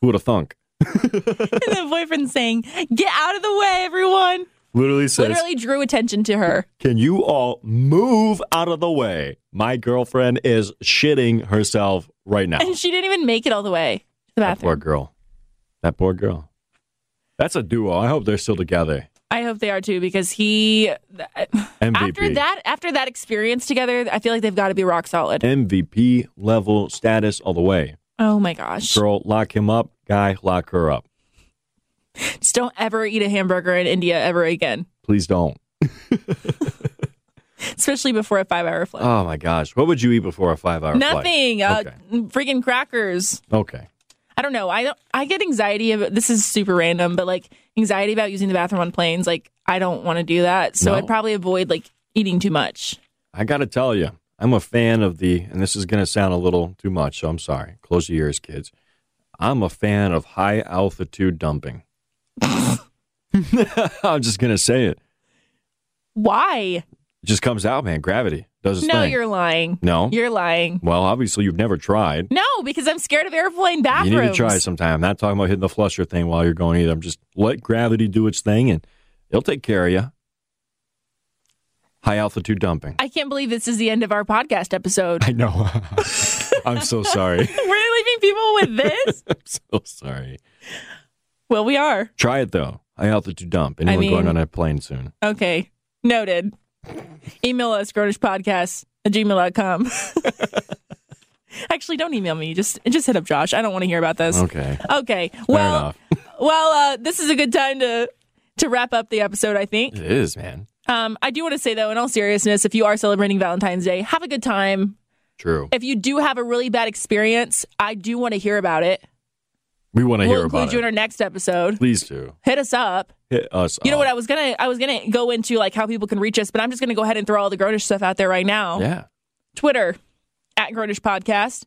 B: Who would have thunk?
A: and the boyfriend saying get out of the way everyone
B: Literally says,
A: literally drew attention to
B: *laughs*
A: her
B: Can you all move out of the way? My girlfriend is shitting herself right now.
A: and she didn't even make it all the way to the
B: That poor
A: bathroom
B: girl. That poor girl. That's a duo. I hope they're still together.
A: i hope they are too because he
B: MVP.
A: after that after that experience together i feel like they've got to be rock solid
B: MVP level status all the way.
A: Oh my gosh.
B: Girl, lock him up. Guy, lock her up.
A: Just don't ever eat a hamburger in India ever again,
B: Please don't.
A: especially before a five hour flight.
B: Oh my gosh. What would you eat before a five hour
A: Nothing. Uh,
B: Okay.
A: Freaking crackers.
B: Okay.
A: I don't know. I don't, I get anxiety of this is super random, but like anxiety about using the bathroom on planes. Like I don't want to do that, so
B: No.
A: I'd probably avoid like eating too much.
B: I got to tell you, I'm a fan of the, and this is going to sound a little too much, so I'm sorry. Close your ears, kids. I'm a fan of high altitude dumping. *laughs* I'm just going to say it.
A: Why?
B: It just comes out, man. Gravity does its
A: No,
B: thing.
A: you're lying.
B: no?
A: You're lying.
B: well, obviously, you've never tried.
A: No, because I'm scared of airplane bathrooms.
B: You need to try sometime. I'm not talking about hitting the flusher thing while you're going either. I'm just let gravity do its thing and it'll take care of you. High altitude dumping.
A: I can't believe this is the end of our podcast episode.
B: *laughs* I know. *laughs* I'm so sorry. *laughs*
A: We're leaving people with this?
B: I'm so sorry.
A: well, we are.
B: Try it though. I altitude dump. Anyone
A: mean-
B: going on a plane soon?
A: Okay. Noted. Email us, growdishpodcast at gmail.com. *laughs* Actually, don't email me. Just just hit up Josh. I don't want to hear about this. *laughs*
B: Okay.
A: Okay. Well,
B: enough.
A: well, uh, this is a good time to to wrap up the episode, I think.
B: It is, man.
A: Um, I do want to say though, in all seriousness, if you are celebrating Valentine's Day, have a good time.
B: True.
A: If you do have a really bad experience, I do want to hear about it.
B: We want to
A: we'll
B: hear
A: include
B: about
A: you
B: it.
A: in our next episode.
B: Please do.
A: Hit us up.
B: Hit us.
A: You know what?
B: up.
A: I was gonna I was gonna go into like how people can reach us, but I'm just gonna go ahead and throw all the Grownish stuff out there right now.
B: Yeah.
A: Twitter at Grownish Podcast,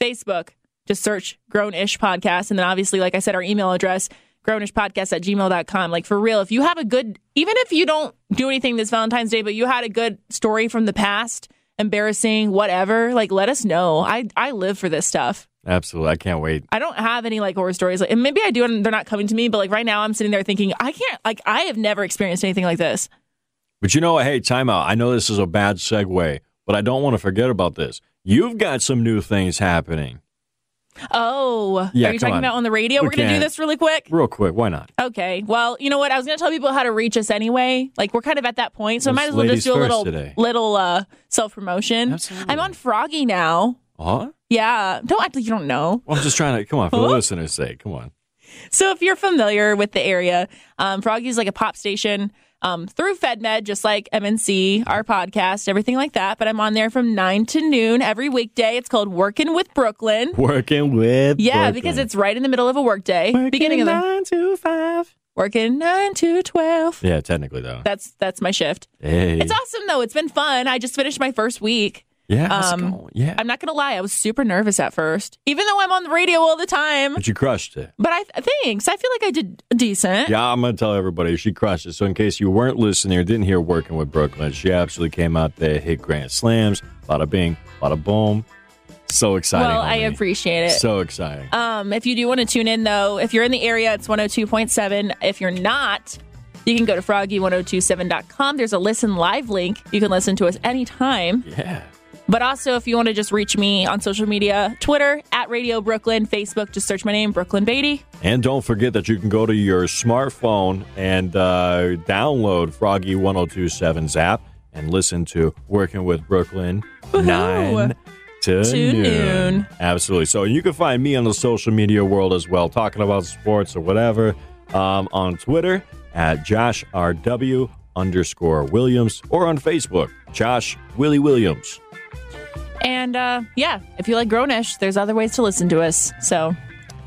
A: Facebook just search Grownish Podcast, and then obviously, like I said, our email address grownishpodcast at gmail.com. Like for real, if you have a good, even if you don't do anything this Valentine's Day, but you had a good story from the past, embarrassing, whatever, like let us know. I I live for this stuff.
B: Absolutely. I can't wait.
A: I don't have any like horror stories. Like, and maybe I do, and they're not coming to me. But like right now, I'm sitting there thinking, I can't. Like I have never experienced anything like this.
B: But you know what? Hey, time out. I know this is a bad segue, but I don't want to forget about this. You've got some new things happening.
A: Oh,
B: Yeah,
A: are you
B: come
A: talking
B: on.
A: about on the radio?
B: We
A: We're gonna do
B: can't.
A: this really quick.
B: Real quick, why not?
A: Okay. Well, you know what? I was gonna tell people how to reach us anyway. Like we're kind of at that point, so I
B: Let's
A: might as well just
B: ladies
A: do a
B: first
A: little
B: today.
A: little uh, self promotion.
B: Absolutely.
A: I'm on Froggy now.
B: Huh?
A: Yeah. Don't act like you don't know.
B: Well, I'm just trying to come on for the
A: Huh?
B: listeners' sake. Come on.
A: So if you're familiar with the area, um, Froggy is like a pop station. um, through FedMed, just like MNC, our podcast, everything like that. But I'm on there from 9 to noon every weekday. It's called Working with Brooklyn.
C: Working with
A: Yeah, because it's right in the middle of a workday. Beginning of the
C: nine to five.
A: working 9 to 12.
B: Yeah, technically though.
A: That's that's my shift.
B: Hey.
A: It's awesome though. It's been fun. I just finished my first week.
B: yeah, how's it
A: um,
B: going? yeah.
A: I'm not gonna lie, I was super nervous at first, even though I'm on the radio all the time.
B: but you crushed it.
A: But I thanks. I feel like I did decent.
B: Yeah, I'm gonna tell everybody she crushed it. So in case you weren't listening or didn't hear working with Brooklyn, she absolutely came out there, hit grand slams, bada bing, bada boom. So exciting.
A: well, I
B: homie.
A: appreciate it.
B: So exciting.
A: Um, if you do want to tune in, though, if you're in the area, it's 102.7. If you're not, you can go to froggy1027.com. There's a listen live link. You can listen to us anytime.
B: yeah.
A: But also, if you want to just reach me on social media, Twitter, at Radio Brooklyn, Facebook, just search my name, Brooklyn Beatty.
B: And don't forget that you can go to your smartphone and uh, download Froggy 1027's app and listen to Working with Brooklyn 9 to,
A: To
B: noon.
A: noon.
B: Absolutely. So you can find me on the social media world as well, talking about sports or whatever, um, on Twitter at Josh RW underscore Williams or on Facebook, Josh Willie Williams.
A: And uh, yeah, if you like Grownish, there's other ways to listen to us. So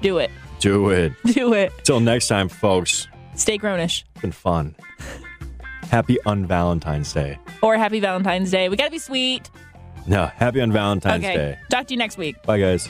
A: do it. *laughs*
B: Do it.
A: Do it.
B: Till next time, folks.
A: Stay Grownish.
B: It's been fun. Happy Unvalentine's Day.
A: Or happy Valentine's Day. We got to be sweet.
B: No, happy on Valentine's
A: Okay.
B: Day.
A: Talk to you next week.
B: Bye, guys.